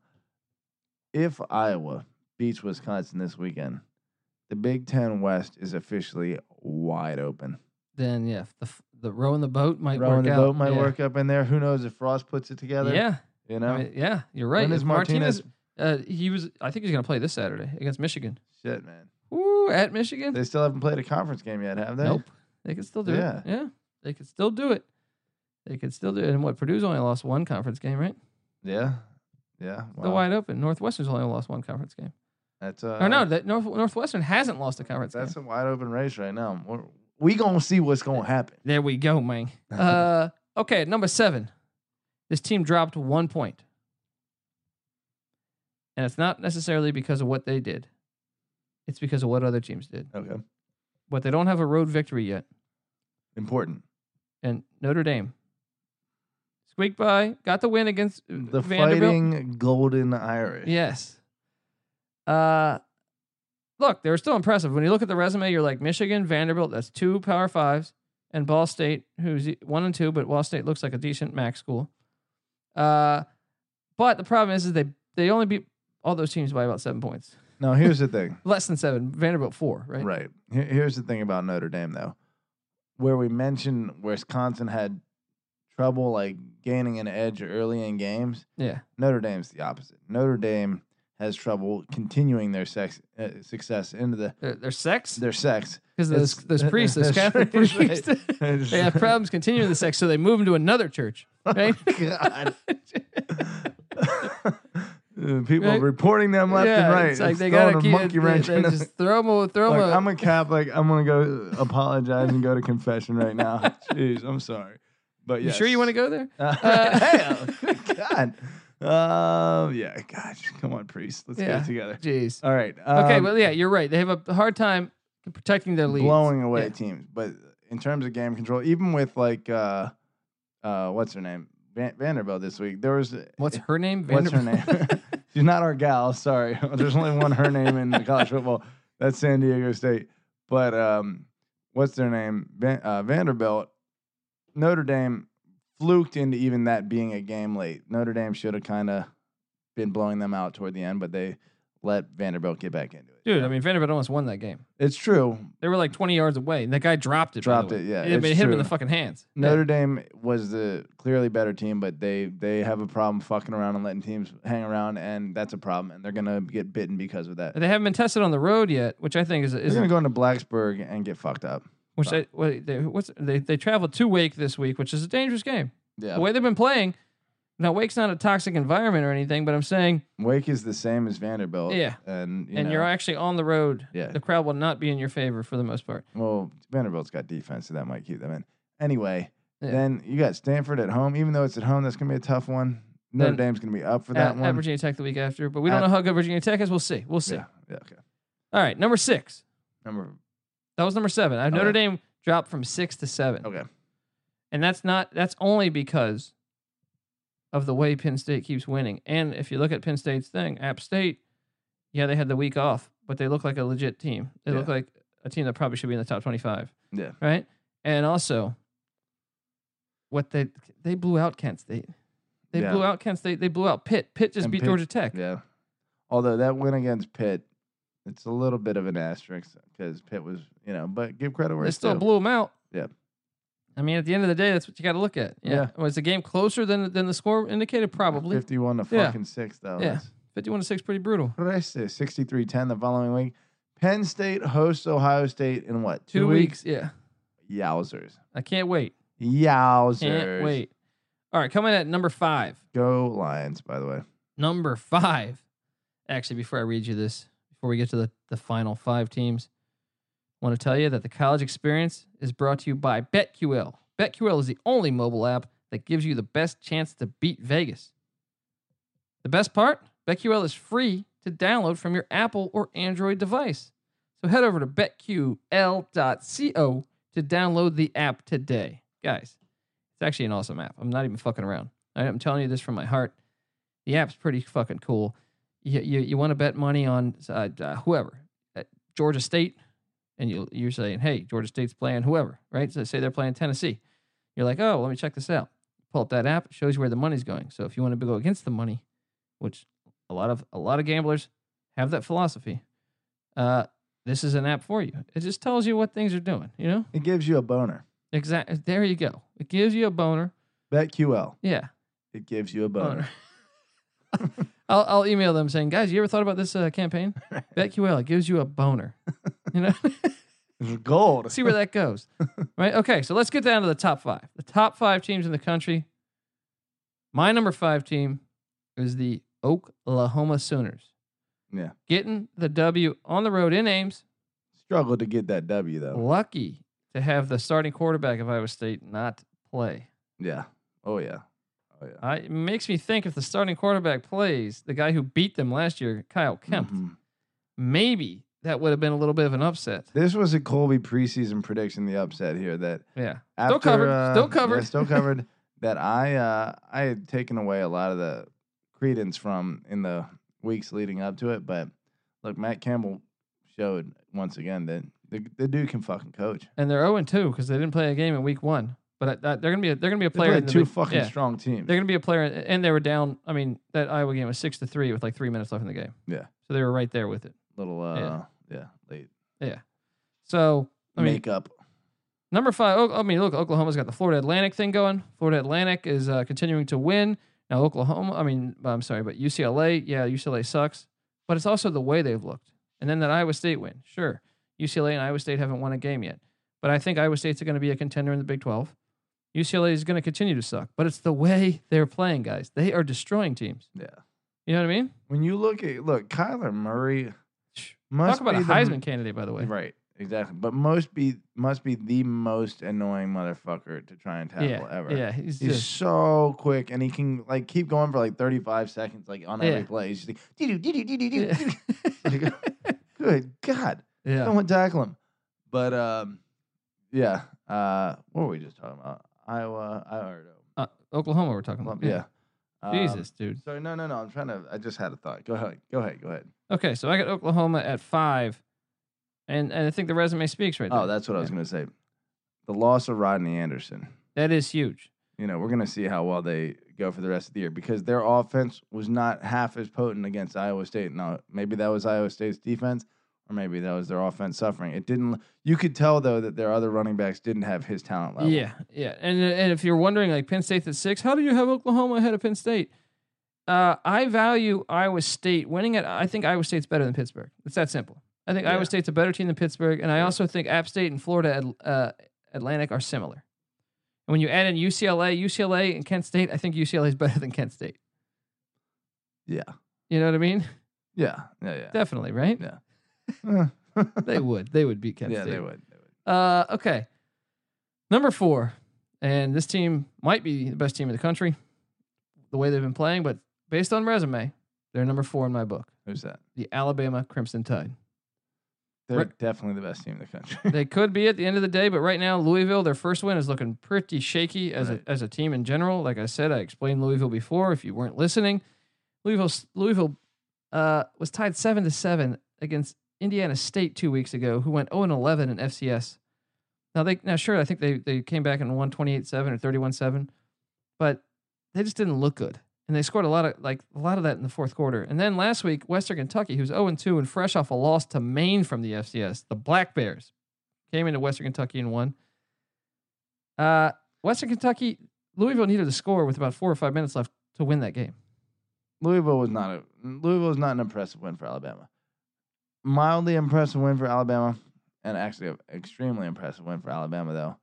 S2: if Iowa beats Wisconsin this weekend, the Big Ten West is officially wide open.
S1: Then, yeah, the, f- the row in the boat might
S2: Rowing
S1: work
S2: the
S1: out.
S2: boat might
S1: yeah.
S2: work up in there. Who knows if Frost puts it together?
S1: Yeah.
S2: You
S1: I
S2: know,
S1: mean, yeah. You're right.
S2: When is
S1: If
S2: Martinez?
S1: Martinez, uh, he was, I think he's going to play this Saturday against Michigan.
S2: Shit, man.
S1: Ooh, at Michigan?
S2: They still haven't played a conference game yet, have they?
S1: Nope. They could still do
S2: Yeah.
S1: it. Yeah. They could still do it. They could still do it. And what Purdue's only lost one conference game, right?
S2: Yeah. Yeah.
S1: They're
S2: wow.
S1: wide open. Northwestern's only lost one conference game.
S2: That's uh,
S1: or no, that North, Northwestern hasn't lost a conference
S2: That's
S1: game.
S2: a wide open race right now. We're, we gonna see what's gonna happen.
S1: There we go, man. uh, okay, number seven. This team dropped one point. And it's not necessarily because of what they did. It's because of what other teams did.
S2: Okay.
S1: But they don't have a road victory yet.
S2: Important.
S1: And Notre Dame squeaked by, got the win against uh,
S2: The
S1: Vanderbilt.
S2: fighting golden Irish.
S1: Yes. Uh look, they were still impressive. When you look at the resume, you're like Michigan, Vanderbilt, that's two power fives, and Ball State, who's e- one and two, but Ball State looks like a decent MAC school. Uh but the problem is, is they they only beat all those teams by about seven points.
S2: Now here's the thing.
S1: Less than seven. Vanderbilt four, right?
S2: right. Here- Here's the thing about Notre Dame though. Where we mentioned Wisconsin had trouble like gaining an edge early in games,
S1: Yeah.
S2: Notre Dame's the opposite. Notre Dame has trouble continuing their sex, uh, success into the
S1: Their, their sex?
S2: their sex.
S1: Because those,
S2: It's-
S1: those priests, those
S2: that's
S1: Catholic
S2: right.
S1: priests, they have problems continuing the sex, so they move them to another church, right?
S2: God. Uh, people
S1: Right?
S2: reporting them left
S1: yeah,
S2: and right.
S1: It's like they
S2: throwing
S1: gotta
S2: a
S1: keep
S2: monkey
S1: they-
S2: wrench
S1: they
S2: in
S1: just throw them. Throw
S2: Look,
S1: them.
S2: I'm a Catholic. I'm gonna go apologize and go to confession right now. Jeez, I'm sorry, but
S1: you
S2: yes.
S1: sure you want to go there?
S2: Uh,
S1: Uh,
S2: hey, oh, good God. Um, yeah, gosh, come on, priest. Let's get
S1: Yeah.
S2: it together.
S1: Jeez.
S2: All right.
S1: okay,
S2: um,
S1: well, yeah, you're right. They have a hard time protecting their leads.
S2: blowing away
S1: Yeah.
S2: teams. But in terms of game control, even with like uh, uh, what's her name Van- Vanderbilt this week, there was
S1: What's her name?
S2: what's her name?
S1: Vanderbilt?
S2: She's not our gal. Sorry, there's only one her name in the college football. That's San Diego State. But um, what's their name? Van- uh, Vanderbilt, Notre Dame fluked into even that being a game late. Notre Dame should have kind of been blowing them out toward the end, but they let Vanderbilt get back into it.
S1: Dude, I mean, Vanderbilt almost won that game.
S2: it's true.
S1: They were like 20 yards away, and that guy dropped it. by the
S2: Dropped
S1: way.
S2: it, yeah,
S1: I mean,
S2: it's
S1: it hit him in
S2: true.
S1: the fucking hands.
S2: Notre Dame was the clearly better team, but they they have a problem fucking around and letting teams hang around, and that's a problem. And they're gonna get bitten because of that.
S1: They haven't been tested on the road yet, which I think is
S2: They're
S1: is
S2: gonna go into Blacksburg and get fucked up.
S1: which I, what, they, what's they they traveled to Wake this week, which is a dangerous game.
S2: Yeah,
S1: The way they've been playing. Now Wake's not a toxic environment or anything, but I'm saying,
S2: Wake is the same as Vanderbilt.
S1: Yeah.
S2: and you
S1: and
S2: know,
S1: you're actually on the road.
S2: Yeah.
S1: The crowd will not be in your favor for the most part.
S2: well, Vanderbilt's got defense, so that might keep them in. Anyway,
S1: Yeah.
S2: then you got Stanford at home. Even though it's at home, that's gonna be a tough one. Notre
S1: Then-
S2: Dame's gonna be up for that
S1: At,
S2: one.
S1: at Virginia Tech the week after, but we
S2: At-
S1: don't know how good Virginia Tech is. We'll see. We'll see.
S2: yeah, yeah, okay.
S1: All right, number six.
S2: Number
S1: That was number seven. Uh, Notre
S2: Okay.
S1: Dame dropped from six to seven,
S2: okay.
S1: and that's not that's only because of the way Penn State keeps winning. And if you look at Penn State's thing, App State, yeah, they had the week off, but they look like a legit team. They look
S2: Yeah.
S1: like a team that probably should be in the top twenty-five.
S2: Yeah.
S1: Right. And also, what they they blew out Kent State. They
S2: Yeah.
S1: blew out Kent State. They blew out Pitt. Pitt just
S2: And
S1: beat
S2: Pitt-
S1: Georgia Tech.
S2: Yeah. Although that win against Pitt, it's a little bit of an asterisk because Pitt was, you know, but give credit where
S1: They
S2: it's
S1: still
S2: due.
S1: blew them out.
S2: Yeah.
S1: I mean, at the end of the day, that's what you got to look at. Yeah.
S2: Yeah.
S1: Was the game closer than than the score indicated? Probably.
S2: 51 to
S1: Yeah.
S2: fucking 6, though.
S1: Yeah. 51 to 6, pretty brutal.
S2: That's 63 10 the following week. Penn State hosts Ohio State in what?
S1: Two, weeks. Yeah.
S2: Yowzers.
S1: I can't wait.
S2: Yowzers.
S1: Can't wait. All right. Coming at number five.
S2: Go Lions, by the way.
S1: Number five. Actually, before I read you this, before we get to the, the final five teams, I want to tell you that the college experience is brought to you by BetQL. BetQL is the only mobile app that gives you the best chance to beat Vegas. The best part BetQL is free to download from your Apple or Android device. So head over to betql.co to download the app today. Guys, it's actually an awesome app. I'm not even fucking around. I- I'm telling you this from my heart. The app's pretty fucking cool. You you, you want to bet money on uh, uh, whoever, uh, Georgia State, and you you're saying, hey, Georgia State's playing whoever, right? So say they're playing Tennessee. You're like, oh, let me check this out. Pull up that app. It shows you where the money's going. So if you want to go against the money, which a lot of a lot of gamblers have that philosophy, uh, this is an app for you. It just tells you what things are doing. You know,
S2: It gives you a boner.
S1: exactly. There you go. It gives you a boner.
S2: BetQL.
S1: Yeah.
S2: It gives you a boner.
S1: I'll, I'll email them saying, guys, you ever thought about this uh, campaign? BetQL, it gives you a boner. You know,
S2: It's gold.
S1: see where that goes. Right? Okay, so let's get down to the top five. The top five teams in the country. My number five team is the Oklahoma Sooners.
S2: Yeah.
S1: Getting the W on the road in Ames.
S2: Struggled to get that W, though.
S1: Lucky to have the starting quarterback of Iowa State not play.
S2: Yeah. Oh, yeah. Oh, yeah.
S1: I, it makes me think if the starting quarterback plays, the guy who beat them last year, Kyle Kemp,
S2: Mhm.
S1: maybe that would have been a little bit of an upset.
S2: This was a Colby preseason prediction, the upset here that
S1: Yeah.
S2: after,
S1: Still covered,
S2: uh,
S1: still
S2: yeah,
S1: covered.
S2: still covered. That I uh, I had taken away a lot of the credence from in the weeks leading up to it, but look, Matt Campbell showed once again that the, the dude can fucking coach.
S1: and they're 0 2 because they didn't play a game in week one. But I, I, they're gonna be a, they're gonna be a
S2: They
S1: player. in
S2: played
S1: the
S2: two
S1: big-
S2: fucking
S1: yeah.
S2: strong teams.
S1: They're gonna be a player, and they were down. I mean, that Iowa game was six to three with like three minutes left in the game.
S2: Yeah.
S1: so they were right there with it.
S2: Little uh, yeah,
S1: Yeah.
S2: late
S1: So I mean,
S2: makeup.
S1: number five. oh, I mean, look, Oklahoma's got the Florida Atlantic thing going. Florida Atlantic is uh, continuing to win. Now Oklahoma, I mean, uh, I'm sorry, but UCLA, yeah, UCLA sucks, but it's also the way they've looked. And then that Iowa State win, sure. UCLA and Iowa State haven't won a game yet, but I think Iowa State's going to be a contender in the Big 12. UCLA is going to continue to suck, but it's the way they're playing, guys. They are destroying teams.
S2: Yeah.
S1: You know what I mean?
S2: When you look at look, Kyler Murray
S1: Shh.
S2: must
S1: Talk about a
S2: be the-
S1: Heisman candidate, by the way.
S2: Right, exactly. But most be must be the most annoying motherfucker to try and tackle
S1: Yeah,
S2: ever.
S1: yeah, he's,
S2: He's
S1: just
S2: so quick, and he can like keep going for like thirty five seconds, like on every
S1: Yeah.
S2: play. He's just like, doo doo doo doo doo doo.
S1: yeah.
S2: doo. Good God,
S1: yeah.
S2: someone tackle him. But um, yeah. Uh, what were we just talking about? Iowa, Iowa.
S1: Uh, Oklahoma, we're talking
S2: Well,
S1: about.
S2: yeah. Um,
S1: Jesus, dude.
S2: So no, no, no. I'm trying to. I just had a thought. Go ahead. Go ahead. Go ahead.
S1: Okay, so I got Oklahoma at five, and and I think the resume speaks right.
S2: Oh,
S1: there.
S2: that's what I was going to say. The loss of Rodney Anderson.
S1: that is huge.
S2: You know, we're going to see how well they go for the rest of the year because their offense was not half as potent against Iowa State. Now, maybe that was Iowa State's defense, or maybe that was their offense suffering. It didn't. You could tell though that their other running backs didn't have his talent level.
S1: Yeah, yeah. And and if you're wondering, like Penn State's at six, how do you have Oklahoma ahead of Penn State? Uh, I value Iowa State winning at. I think Iowa State's better than Pittsburgh. It's that simple. I think
S2: Yeah.
S1: Iowa State's a better team than Pittsburgh, and I also think App State and Florida At- uh, Atlantic are similar. And when you add in UCLA, UCLA and Kent State, I think UCLA is better than Kent State.
S2: Yeah.
S1: You know what I mean?
S2: Yeah. Yeah. Yeah.
S1: Definitely, right?
S2: Yeah. Eh.
S1: They would. They would beat Kent
S2: yeah.
S1: State.
S2: They would. They would.
S1: Uh, okay. Number four, and this team might be the best team in the country, the way they've been playing, but based on resume, they're number four in my book.
S2: Who's that?
S1: The Alabama Crimson Tide.
S2: They're
S1: Right.
S2: definitely the best team in the country.
S1: they could be at the end of the day, but right now, Louisville, their first win is looking pretty shaky as
S2: Right.
S1: a as a team in general. Like I said, I explained Louisville before. If you weren't listening, Louisville Louisville uh, was tied seven to seven against Indiana State two weeks ago, who went zero and eleven in FCS. Now they now sure I think they they came back and won twenty eight seven or thirty one seven, but they just didn't look good. And they scored a lot of like a lot of that in the fourth quarter. And then last week, Western Kentucky, who's 0-2 and fresh off a loss to Maine from the FCS, the Black Bears, came into Western Kentucky and won. Uh, Western Kentucky, Louisville needed to score with about four or five minutes left to win that game.
S2: Louisville was not a Louisville was not an impressive win for Alabama. Mildly impressive win for Alabama, and actually an extremely impressive win for Alabama though.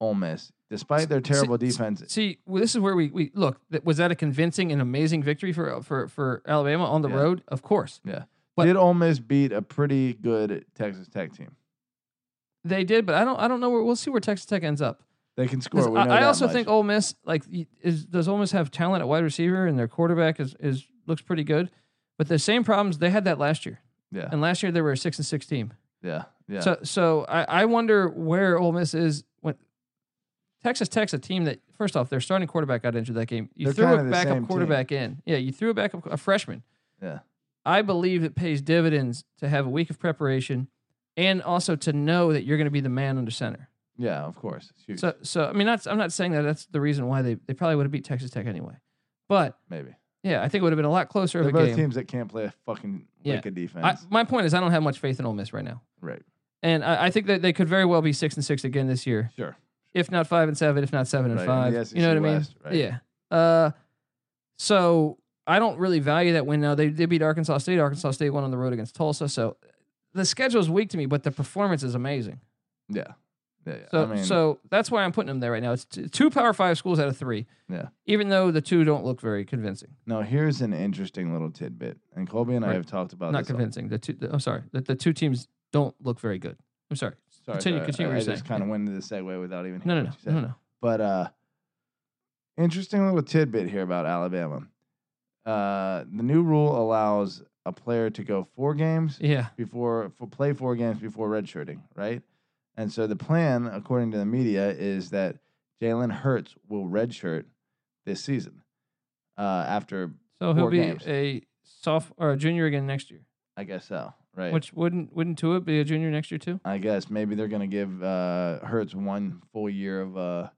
S2: Ole Miss, despite their terrible
S1: s-
S2: defense,
S1: See, well, this is where we, we look. That, was that a convincing and amazing victory for for for Alabama on the
S2: Yeah.
S1: road? Of course but-
S2: did Ole Miss beat a pretty good Texas Tech team?
S1: they did, but I don't I don't know where we'll see where Texas Tech ends up.
S2: They can
S1: 'Cause
S2: score. We
S1: I,
S2: know
S1: I
S2: that
S1: also
S2: much.
S1: think Ole Miss like y- is does Ole Miss have talent at wide receiver and their quarterback is is looks pretty good, but the same problems they had that last year.
S2: Yeah.
S1: and last year they were a six and six team.
S2: yeah, yeah,
S1: So so I, I wonder where Ole Miss is when Texas Tech's a team that first off their starting quarterback got injured that game. You
S2: They're
S1: threw
S2: kinda
S1: a
S2: the
S1: backup
S2: same
S1: quarterback in. Yeah, you threw a backup a freshman.
S2: yeah.
S1: I believe it pays dividends to have a week of preparation and also to know that you're going to be the man under center.
S2: Yeah, of course. Shoot,
S1: So so I mean that's I'm not saying that that's the reason why they, they probably would have beat Texas Tech anyway. But
S2: maybe
S1: yeah, I think it would have been a lot closer
S2: they're
S1: of a
S2: both
S1: game.
S2: teams that can't play a fucking
S1: Yeah.
S2: lick of
S1: I,
S2: defense.
S1: my point is I don't have much faith in Ole Miss right now.
S2: right.
S1: And I, I think that they could very well be six and six again this year.
S2: Sure.
S1: if not five and seven, if not seven and
S2: Right,
S1: five.
S2: and the
S1: you know what
S2: SEC
S1: I mean?
S2: West, right.
S1: Yeah. Uh, so I don't really value that win now. They they beat Arkansas State. Arkansas State won on the road against Tulsa. So the schedule's weak to me, but the performance is amazing.
S2: Yeah. Yeah. yeah.
S1: So
S2: I mean,
S1: so that's why I'm putting them there right now. It's t- two Power Five schools out of three.
S2: Yeah.
S1: Even though the two don't look very convincing,
S2: now here's an interesting little tidbit, and Colby and I
S1: Right.
S2: have talked about
S1: not
S2: this a
S1: convincing. The two. The, I'm sorry. The, the two teams don't look very good. I'm sorry.
S2: Sorry,
S1: Continue-
S2: sorry.
S1: continue
S2: I,
S1: what
S2: I
S1: you're
S2: just
S1: saying.
S2: kind of went into the segue without even
S1: No, no, no,
S2: hearing what you
S1: no,
S2: said.
S1: no.
S2: But uh, interesting little tidbit here about Alabama. Uh, the new rule allows a player to go four games
S1: Yeah.
S2: before for play four games before redshirting, right? And so the plan, according to the media, is that Jalen Hurts will redshirt this season. Uh, after
S1: So he'll
S2: Four
S1: be
S2: games.
S1: a soft or a junior again next year.
S2: I guess so, right?
S1: Which wouldn't wouldn't Tua be a junior next year too?
S2: I guess maybe they're gonna give uh, Hurts one full year of uh,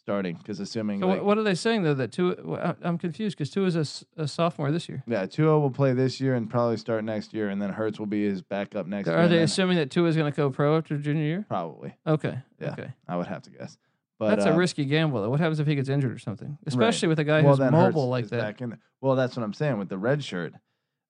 S2: starting because assuming
S1: So
S2: like,
S1: what, what are they saying though? That two? I'm confused because two is a, s- a sophomore this year.
S2: Yeah, Tua will play this year and probably start next year, and then Hertz will be his backup next year.
S1: Are
S2: and
S1: they
S2: then-
S1: assuming that two is going to go pro after junior year?
S2: probably?
S1: Okay,
S2: Yeah.
S1: okay,
S2: I would have to guess. But
S1: that's a
S2: uh,
S1: risky gamble. though. What happens if he gets injured or something? Especially with a guy
S2: well,
S1: who's
S2: then
S1: mobile
S2: Hurts
S1: like
S2: is
S1: that.
S2: back in the- well, that's what I'm saying with the red shirt.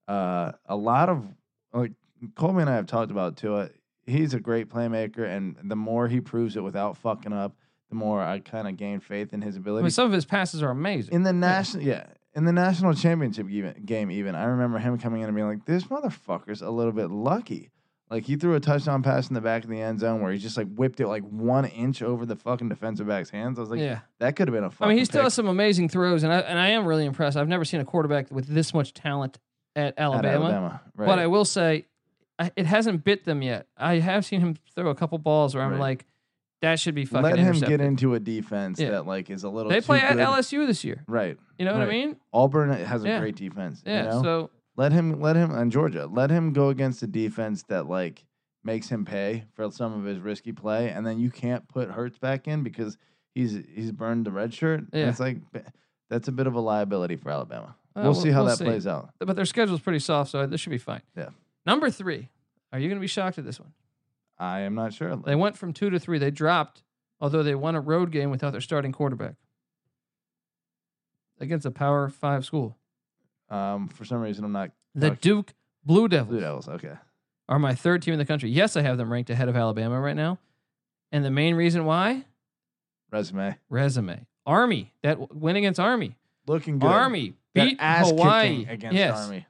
S2: Uh, a lot of like Coleman and I have talked about Tua. He's a great playmaker, and the more he proves it without fucking up, the more I kind of gain faith in his
S1: I
S2: ability.
S1: mean, some of his passes are amazing.
S2: in the national, yeah, in the national championship even, game, even I remember him coming in and being like, "This motherfucker's a little bit lucky." Like he threw a touchdown pass in the back of the end zone where he just like whipped it like one inch over the fucking defensive back's hands. I was like,
S1: yeah.
S2: that could have been a fucking.
S1: I mean, he still
S2: pick
S1: has some amazing throws, and I and I am really impressed. I've never seen a quarterback with this much talent at
S2: at
S1: Alabama.
S2: Alabama, right?
S1: But I will say, I, it hasn't bit them yet. I have seen him throw a couple balls where I'm
S2: Right.
S1: like, that should be fucking.
S2: let him
S1: intercepted.
S2: get into a defense
S1: Yeah.
S2: that like is a little.
S1: They
S2: too
S1: play at
S2: good.
S1: LSU this year.
S2: right?
S1: You know what I
S2: Right.
S1: mean?
S2: Auburn has a
S1: Yeah.
S2: great defense.
S1: Yeah.
S2: you know?
S1: So uh,
S2: Let him, let him, and Georgia, let him go against a defense that like makes him pay for some of his risky play, and then you can't put Hurts back in because he's he's burned the red shirt. And
S1: Yeah.
S2: It's like that's a bit of a liability for Alabama.
S1: uh,
S2: we'll, see how that plays out.
S1: But their schedule's pretty soft, so this should be fine.
S2: Yeah.
S1: Number three. Are you going to be shocked at this one?
S2: I am not sure.
S1: They went from two to three. They dropped, although they won a road game without their starting quarterback against a Power Five school.
S2: Um, for some reason, I'm not
S1: The
S2: Okay.
S1: Duke Blue Devils
S2: Blue Devils. Okay,
S1: are my third team in the country. Yes, I have them ranked ahead of Alabama right now, and the main reason why
S2: resume
S1: resume Army that w- win against Army.
S2: looking good.
S1: Army
S2: Got
S1: beat
S2: ass kicking
S1: Hawaii
S2: against
S1: yes.
S2: Army.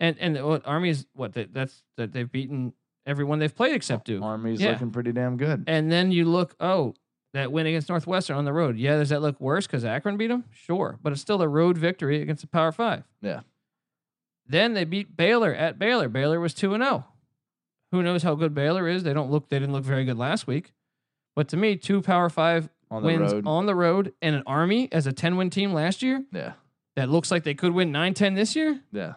S1: and and the, what Army is what they, that's that they've beaten everyone they've played except Duke.
S2: Army's
S1: Yeah.
S2: looking pretty damn good.
S1: And then you look, oh, that win against Northwestern on the road. Yeah, does that look worse because Akron beat them? Sure, but it's still a road victory against the Power Five.
S2: Yeah.
S1: Then they beat Baylor at Baylor. Baylor was two and zero. Who knows how good Baylor is? They don't look. They didn't look very good last week. But to me, two Power Five
S2: on the
S1: wins
S2: road.
S1: on the road and an Army as a ten win team last year
S2: yeah,
S1: that looks like they could win 9-10 this year.
S2: yeah.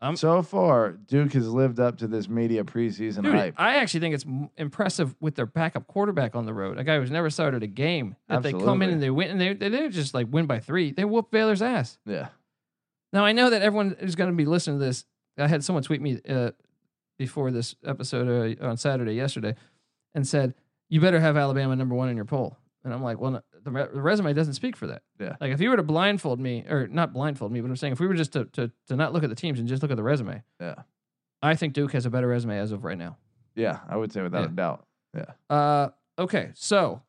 S1: I'm-
S2: so far, Duke has lived up to this media preseason
S1: Dude,
S2: hype.
S1: I actually think it's m- impressive with their backup quarterback on the road, a guy who's never started a game. That they come in
S2: Absolutely.
S1: and they win, and they they didn't just like win by three. They whooped Baylor's ass.
S2: yeah,
S1: Now I know that everyone is going to be listening to this. I had someone tweet me uh, before this episode uh, on Saturday yesterday, and said, "You better have Alabama number one in your poll." And I'm like, "Well, no, the, re- the resume doesn't speak for that."
S2: Yeah.
S1: Like if you were to blindfold me, or not blindfold me, but I'm saying if we were just to to, to not look at the teams and just look at the resume,
S2: yeah,
S1: I think Duke has a better resume as of right now.
S2: yeah. I would say without
S1: Yeah.
S2: a doubt.
S1: Uh, okay, so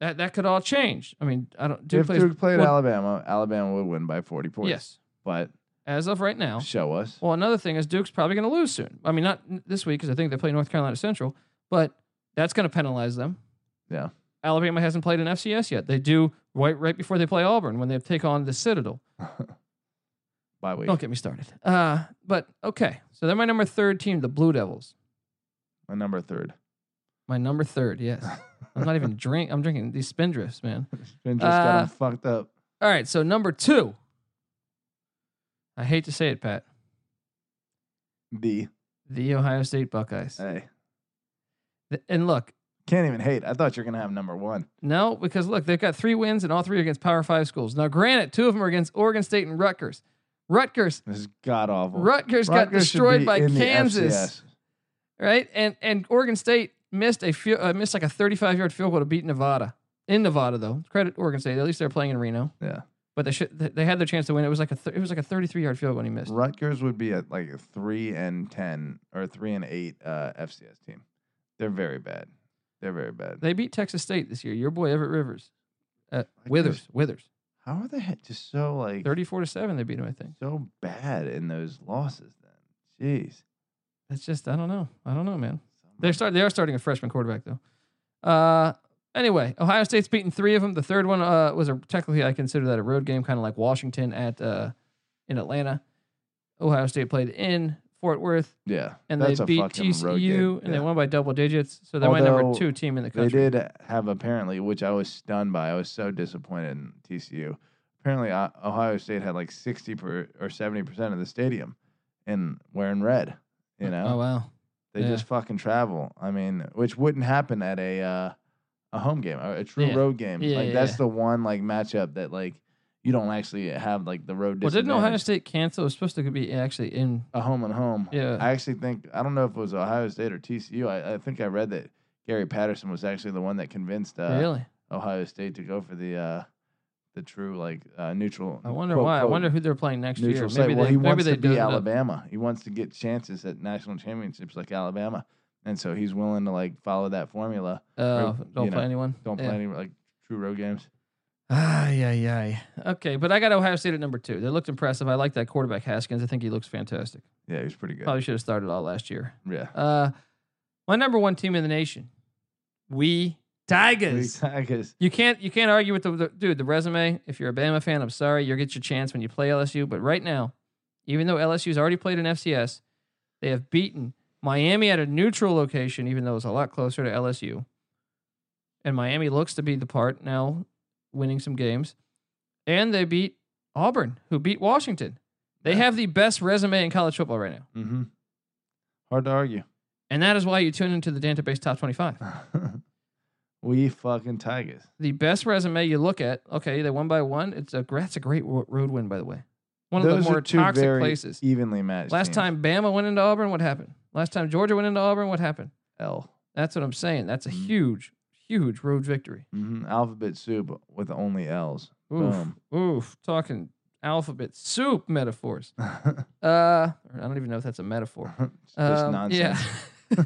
S1: that that could all change. I mean, I don't. Duke
S2: if
S1: plays,
S2: Duke played
S1: well,
S2: Alabama, Alabama would win by 40 points.
S1: Yes,
S2: but
S1: as of right now.
S2: show us.
S1: Well, another thing is Duke's probably going to lose soon. I mean, not n- this week because I think they play North Carolina Central, but that's going to penalize them.
S2: Yeah.
S1: Alabama hasn't played an FCS yet. They do right right before they play Auburn when they take on the Citadel.
S2: Bye week.
S1: Don't get me started. Uh, but okay, so they're my number third team, the Blue Devils.
S2: My number third.
S1: My number third, yes. I'm not even drink. I'm drinking these spindrifts, man.
S2: Been just got 'em
S1: Uh,
S2: fucked up.
S1: All right, so number two. I hate to say it, Pat.
S2: The
S1: The Ohio State Buckeyes.
S2: hey,
S1: Th- And look,
S2: can't even hate. I thought you were gonna have number one.
S1: no, because look, they've got three wins and all three are against Power Five schools. Now, granted, two of them are against Oregon State and Rutgers. Rutgers,
S2: This is god awful.
S1: Rutgers got
S2: Rutgers should
S1: destroyed
S2: be
S1: by
S2: in the
S1: Kansas,
S2: FCS.
S1: right? And and Oregon State missed a few, uh, missed like a 35 yard field goal to beat Nevada. In Nevada, though, credit Oregon State. At least they're playing in Reno,
S2: Yeah,
S1: but they should they- they had their chance to win. It was like a th- it was like a 33 yard field goal and he missed.
S2: Rutgers would be at like a three and ten or three and eight uh, FCS team. They're very bad. They're very bad.
S1: They beat Texas State this year. Your boy Everett Rivers, uh,
S2: guess-
S1: Withers, Withers,
S2: How are they just so like
S1: thirty-four to seven. They beat him. I think
S2: so bad in those losses? Then, jeez.
S1: that's just I don't know. I don't know, man. They're start. They are starting a freshman quarterback though. Uh, anyway, Ohio State's beaten three of them. The third one uh, was a technically I consider that a road game, kind of like Washington at uh, in Atlanta. Ohio State played in Fort Worth,
S2: Yeah,
S1: and
S2: that's
S1: they
S2: a
S1: beat
S2: fucking
S1: TCU,
S2: road game.
S1: and they
S2: Yeah.
S1: won by double digits. So they're my number
S2: Although
S1: two team in the
S2: They
S1: country.
S2: did have apparently, which I was stunned by. I was so disappointed in TCU. Apparently, O- Ohio State had like sixty per, or seventy percent of the stadium, and wearing red. You know,
S1: Oh wow.
S2: they
S1: yeah.
S2: just fucking travel. I mean, which wouldn't happen at a uh, a home game, a, a true
S1: Yeah.
S2: road game.
S1: Yeah,
S2: like
S1: yeah,
S2: that's
S1: yeah.
S2: the one like matchup that like you don't actually have like the road.
S1: Well, didn't Ohio
S2: disadvantage.
S1: State cancel? It was supposed to be actually in.
S2: a home and home.
S1: Yeah.
S2: I actually think I don't know if it was Ohio State or TCU. I, I think I read that Gary Patterson was actually the one that convinced uh,
S1: really?
S2: Ohio State to go for the uh, the true like uh, neutral.
S1: I wonder
S2: quote,
S1: why. I
S2: quote,
S1: wonder who they're playing next
S2: neutral
S1: year.
S2: site.
S1: Maybe
S2: well,
S1: they,
S2: he
S1: maybe
S2: wants
S1: they
S2: to
S1: dozed
S2: be
S1: it up.
S2: Alabama. He wants to get chances at national championships like Alabama, and so he's willing to like follow that formula.
S1: Oh,
S2: Or,
S1: don't
S2: you
S1: play
S2: know,
S1: anyone.
S2: Don't
S1: Yeah.
S2: play any like true road games.
S1: Ay, ay, ay. Okay, but I got Ohio State at number two. They looked impressive. I like that quarterback Haskins. I think he looks fantastic.
S2: Yeah, he was pretty good.
S1: Probably should have started all last year.
S2: yeah.
S1: Uh, my number one team in the nation, we Tigers.
S2: I guess
S1: You can't you can't argue with the, the dude the resume. If you're a Bama fan, I'm sorry, you'll get your chance when you play LSU. But right now, even though LSU's already played in FCS, they have beaten Miami at a neutral location, even though it's a lot closer to LSU. And Miami looks to be the part now, winning some games, and they beat Auburn, who beat Washington. They
S2: Yeah.
S1: have the best resume in college football right now,
S2: hmm Hard to argue.
S1: and that is why you tune into the Dantabase Top Twenty Five.
S2: we fucking Tigers.
S1: the best resume you look at. Okay, they won by one. It's a that's a great ro- road win, by the way. One of
S2: Those
S1: the
S2: are
S1: more
S2: two
S1: toxic
S2: very
S1: places.
S2: Evenly matched.
S1: Last
S2: teams.
S1: time Bama went into Auburn, what happened? Last time Georgia went into Auburn, what happened?
S2: L.
S1: That's what I'm saying. That's a
S2: Mm.
S1: huge, huge road victory.
S2: hmm Alphabet soup with only L's.
S1: Oof,
S2: Boom.
S1: oof. Talking alphabet soup metaphors.
S2: Just
S1: Uh, I don't even know if that's a metaphor. Um,
S2: nonsense.
S1: Yeah.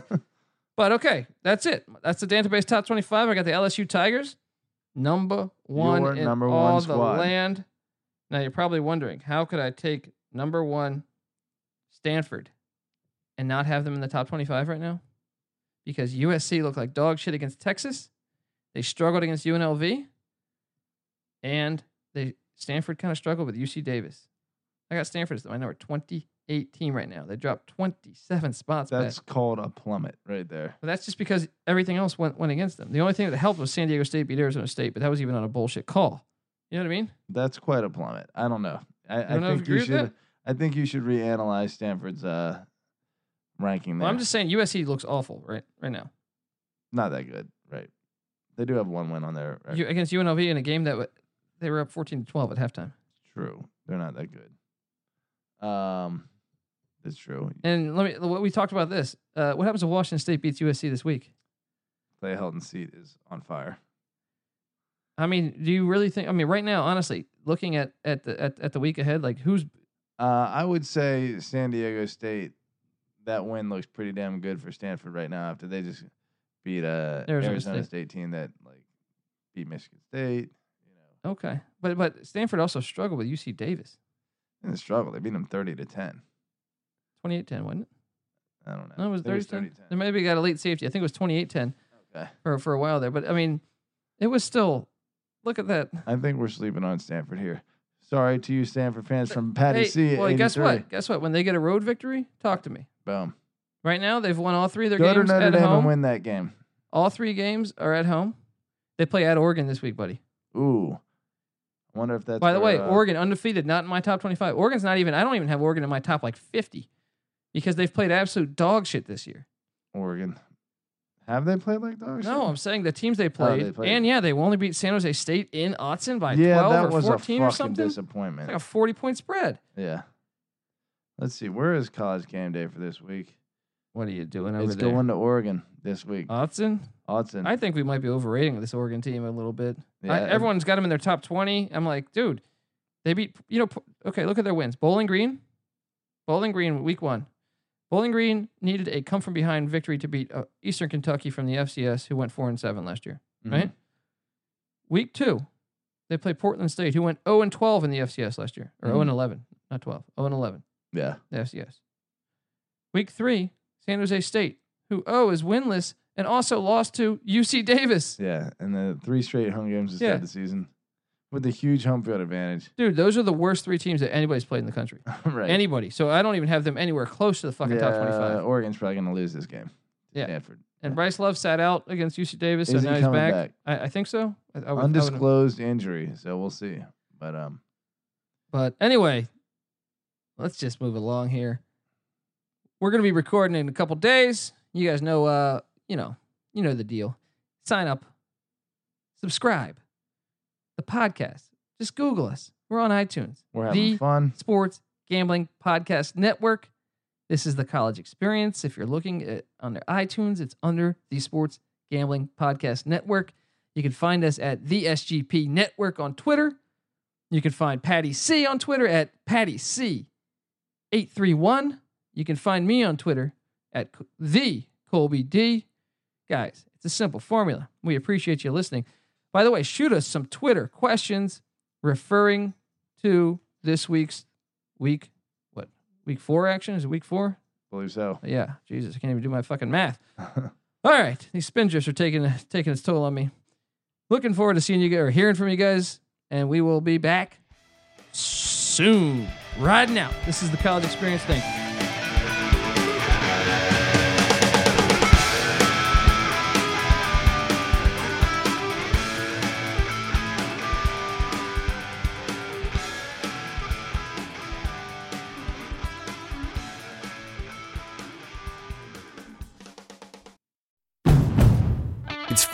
S1: but okay, that's it. That's the Dantabase Top 25. I got the LSU Tigers, number one
S2: Your
S1: in
S2: number
S1: all
S2: one
S1: the
S2: squad.
S1: land. Now you're probably wondering, how could I take number one Stanford and not have them in the top 25 right now? Because USC looked like dog shit against Texas. They struggled against UNLV. And they Stanford kind of struggled with UC Davis. I got Stanford as my number 28 team right now. They dropped 27 spots back.
S2: That's called a plummet right there.
S1: But that's just because everything else went, went against them. The only thing that helped was San Diego State beat Arizona State, but that was even on a bullshit call. You know what I mean?
S2: That's quite a plummet. I don't know. I, I
S1: don't know if
S2: think
S1: you
S2: you
S1: agree with
S2: should. I think you should reanalyze Stanford's uh, ranking. There.
S1: Well, I'm just saying USC looks awful right right now
S2: not that good, right? They do have one win on their record.
S1: you, against UNLV in a game that w- they were up 14 to 12 at halftime.
S2: true. They're not that good. Um, that's true.
S1: And let me what we talked about this. Uh, what happens if Washington State beats USC this week?
S2: Clay Helton's seat is on fire.
S1: I mean, do you really think? I mean, right now, honestly, looking at at the at, at the week ahead, like who's
S2: Uh, I would say San Diego State. That win looks pretty damn good for Stanford right now after they just beat a
S1: Arizona
S2: Arizona, State.
S1: State.
S2: team that like beat Michigan State. You know,
S1: okay, but but Stanford also struggled with UC Davis,
S2: in the struggle, they beat them thirty to ten.
S1: 28-10, wasn't it?
S2: I don't know.
S1: No, it was
S2: I think
S1: 30-10.
S2: 30-10.
S1: They maybe got a late safety. I think it was 28-10.
S2: Okay.
S1: for for a while there. But I mean, it was still. Look at that.
S2: I think we're sleeping on Stanford here. Sorry to you, Stanford fans from Patty
S1: Hey,
S2: C. at
S1: well, guess
S2: 83.
S1: what? Guess what? When they get a road victory, talk to me.
S2: Boom.
S1: Right now, they've won all three of their
S2: Go to
S1: games
S2: Notre
S1: at
S2: Dame
S1: home.
S2: and win that game.
S1: All three games are at home. They play at Oregon this week, buddy.
S2: Ooh. I wonder if that's
S1: By the way,
S2: where, uh,
S1: Oregon undefeated, not in my top twenty-five. Oregon's not even. I don't even have Oregon in my top like fifty, because they've played absolute dog shit this year.
S2: Oregon. Have they played like dogs?
S1: No, I'm saying the teams they played,
S2: Oh, played.
S1: and yeah, they only beat San Jose State in Otson by
S2: yeah,
S1: twelve
S2: that
S1: or
S2: was
S1: fourteen
S2: a
S1: or
S2: fucking
S1: something.
S2: disappointment.
S1: Like a forty-point spread.
S2: yeah. Let's see. Where is college game day for this week?
S1: What are you doing over
S2: it's
S1: there,
S2: going to Oregon this week.
S1: Otson?
S2: Autzen.
S1: I think we might be overrating this Oregon team a little bit.
S2: Yeah,
S1: I,
S2: ev-
S1: everyone's got them in their top 20. I'm like, dude, they beat, you know, p- okay, look at their wins. Bowling Green, Bowling Green, week one. Bowling Green needed a come from behind victory to beat uh, Eastern Kentucky from the FCS, who went four and seven last year.
S2: Mhm.
S1: right? Week two, they play Portland State, who went 0 and 12 in the FCS last year, or 0
S2: Mm-hmm.
S1: and 11, not 12, 0 and 11,
S2: Yeah.
S1: the FCS. Week three, San Jose State, who oh is winless and also lost to UC Davis.
S2: Yeah. And the three straight home games to
S1: Yeah.
S2: start the season with a huge home field advantage.
S1: Dude, those are the worst three teams that anybody's played in the country.
S2: right.
S1: Anybody. So I don't even have them anywhere close to the fucking top 25.
S2: Oregon's probably going to lose this game.
S1: Yeah.
S2: Stanford.
S1: And Bryce Love sat out against UC Davis, so
S2: Is he
S1: now he's
S2: coming
S1: back.
S2: back?
S1: I, I think so. I, I would- I would-
S2: Undisclosed injury, so we'll see. But um,
S1: But anyway, let's just move along here. We're going to be recording in a couple days. You guys know, uh, you know, you know the deal. Sign up, subscribe, the podcast. Just Google us. We're on iTunes.
S2: we're having
S1: The
S2: fun.
S1: Sports Gambling Podcast Network. This is the college experience. If you're looking at under iTunes, it's under the Sports Gambling Podcast Network. You can find us at the SGP Network on Twitter. You can find Patty C on Twitter at Patty C831. You can find me on Twitter at Co- the Colby D. Guys, it's a simple formula. We appreciate you listening. By the way, shoot us some Twitter questions referring to this week's week what? Week 4 action is it week 4?
S2: believe so.
S1: Yeah, Jesus, I can't even do my fucking math. All right, these spin drifts are taking taking its toll on me. Looking forward to seeing you guys or hearing from you guys, and we will be back soon. Riding out. This is the college experience. Thank you.
S3: It's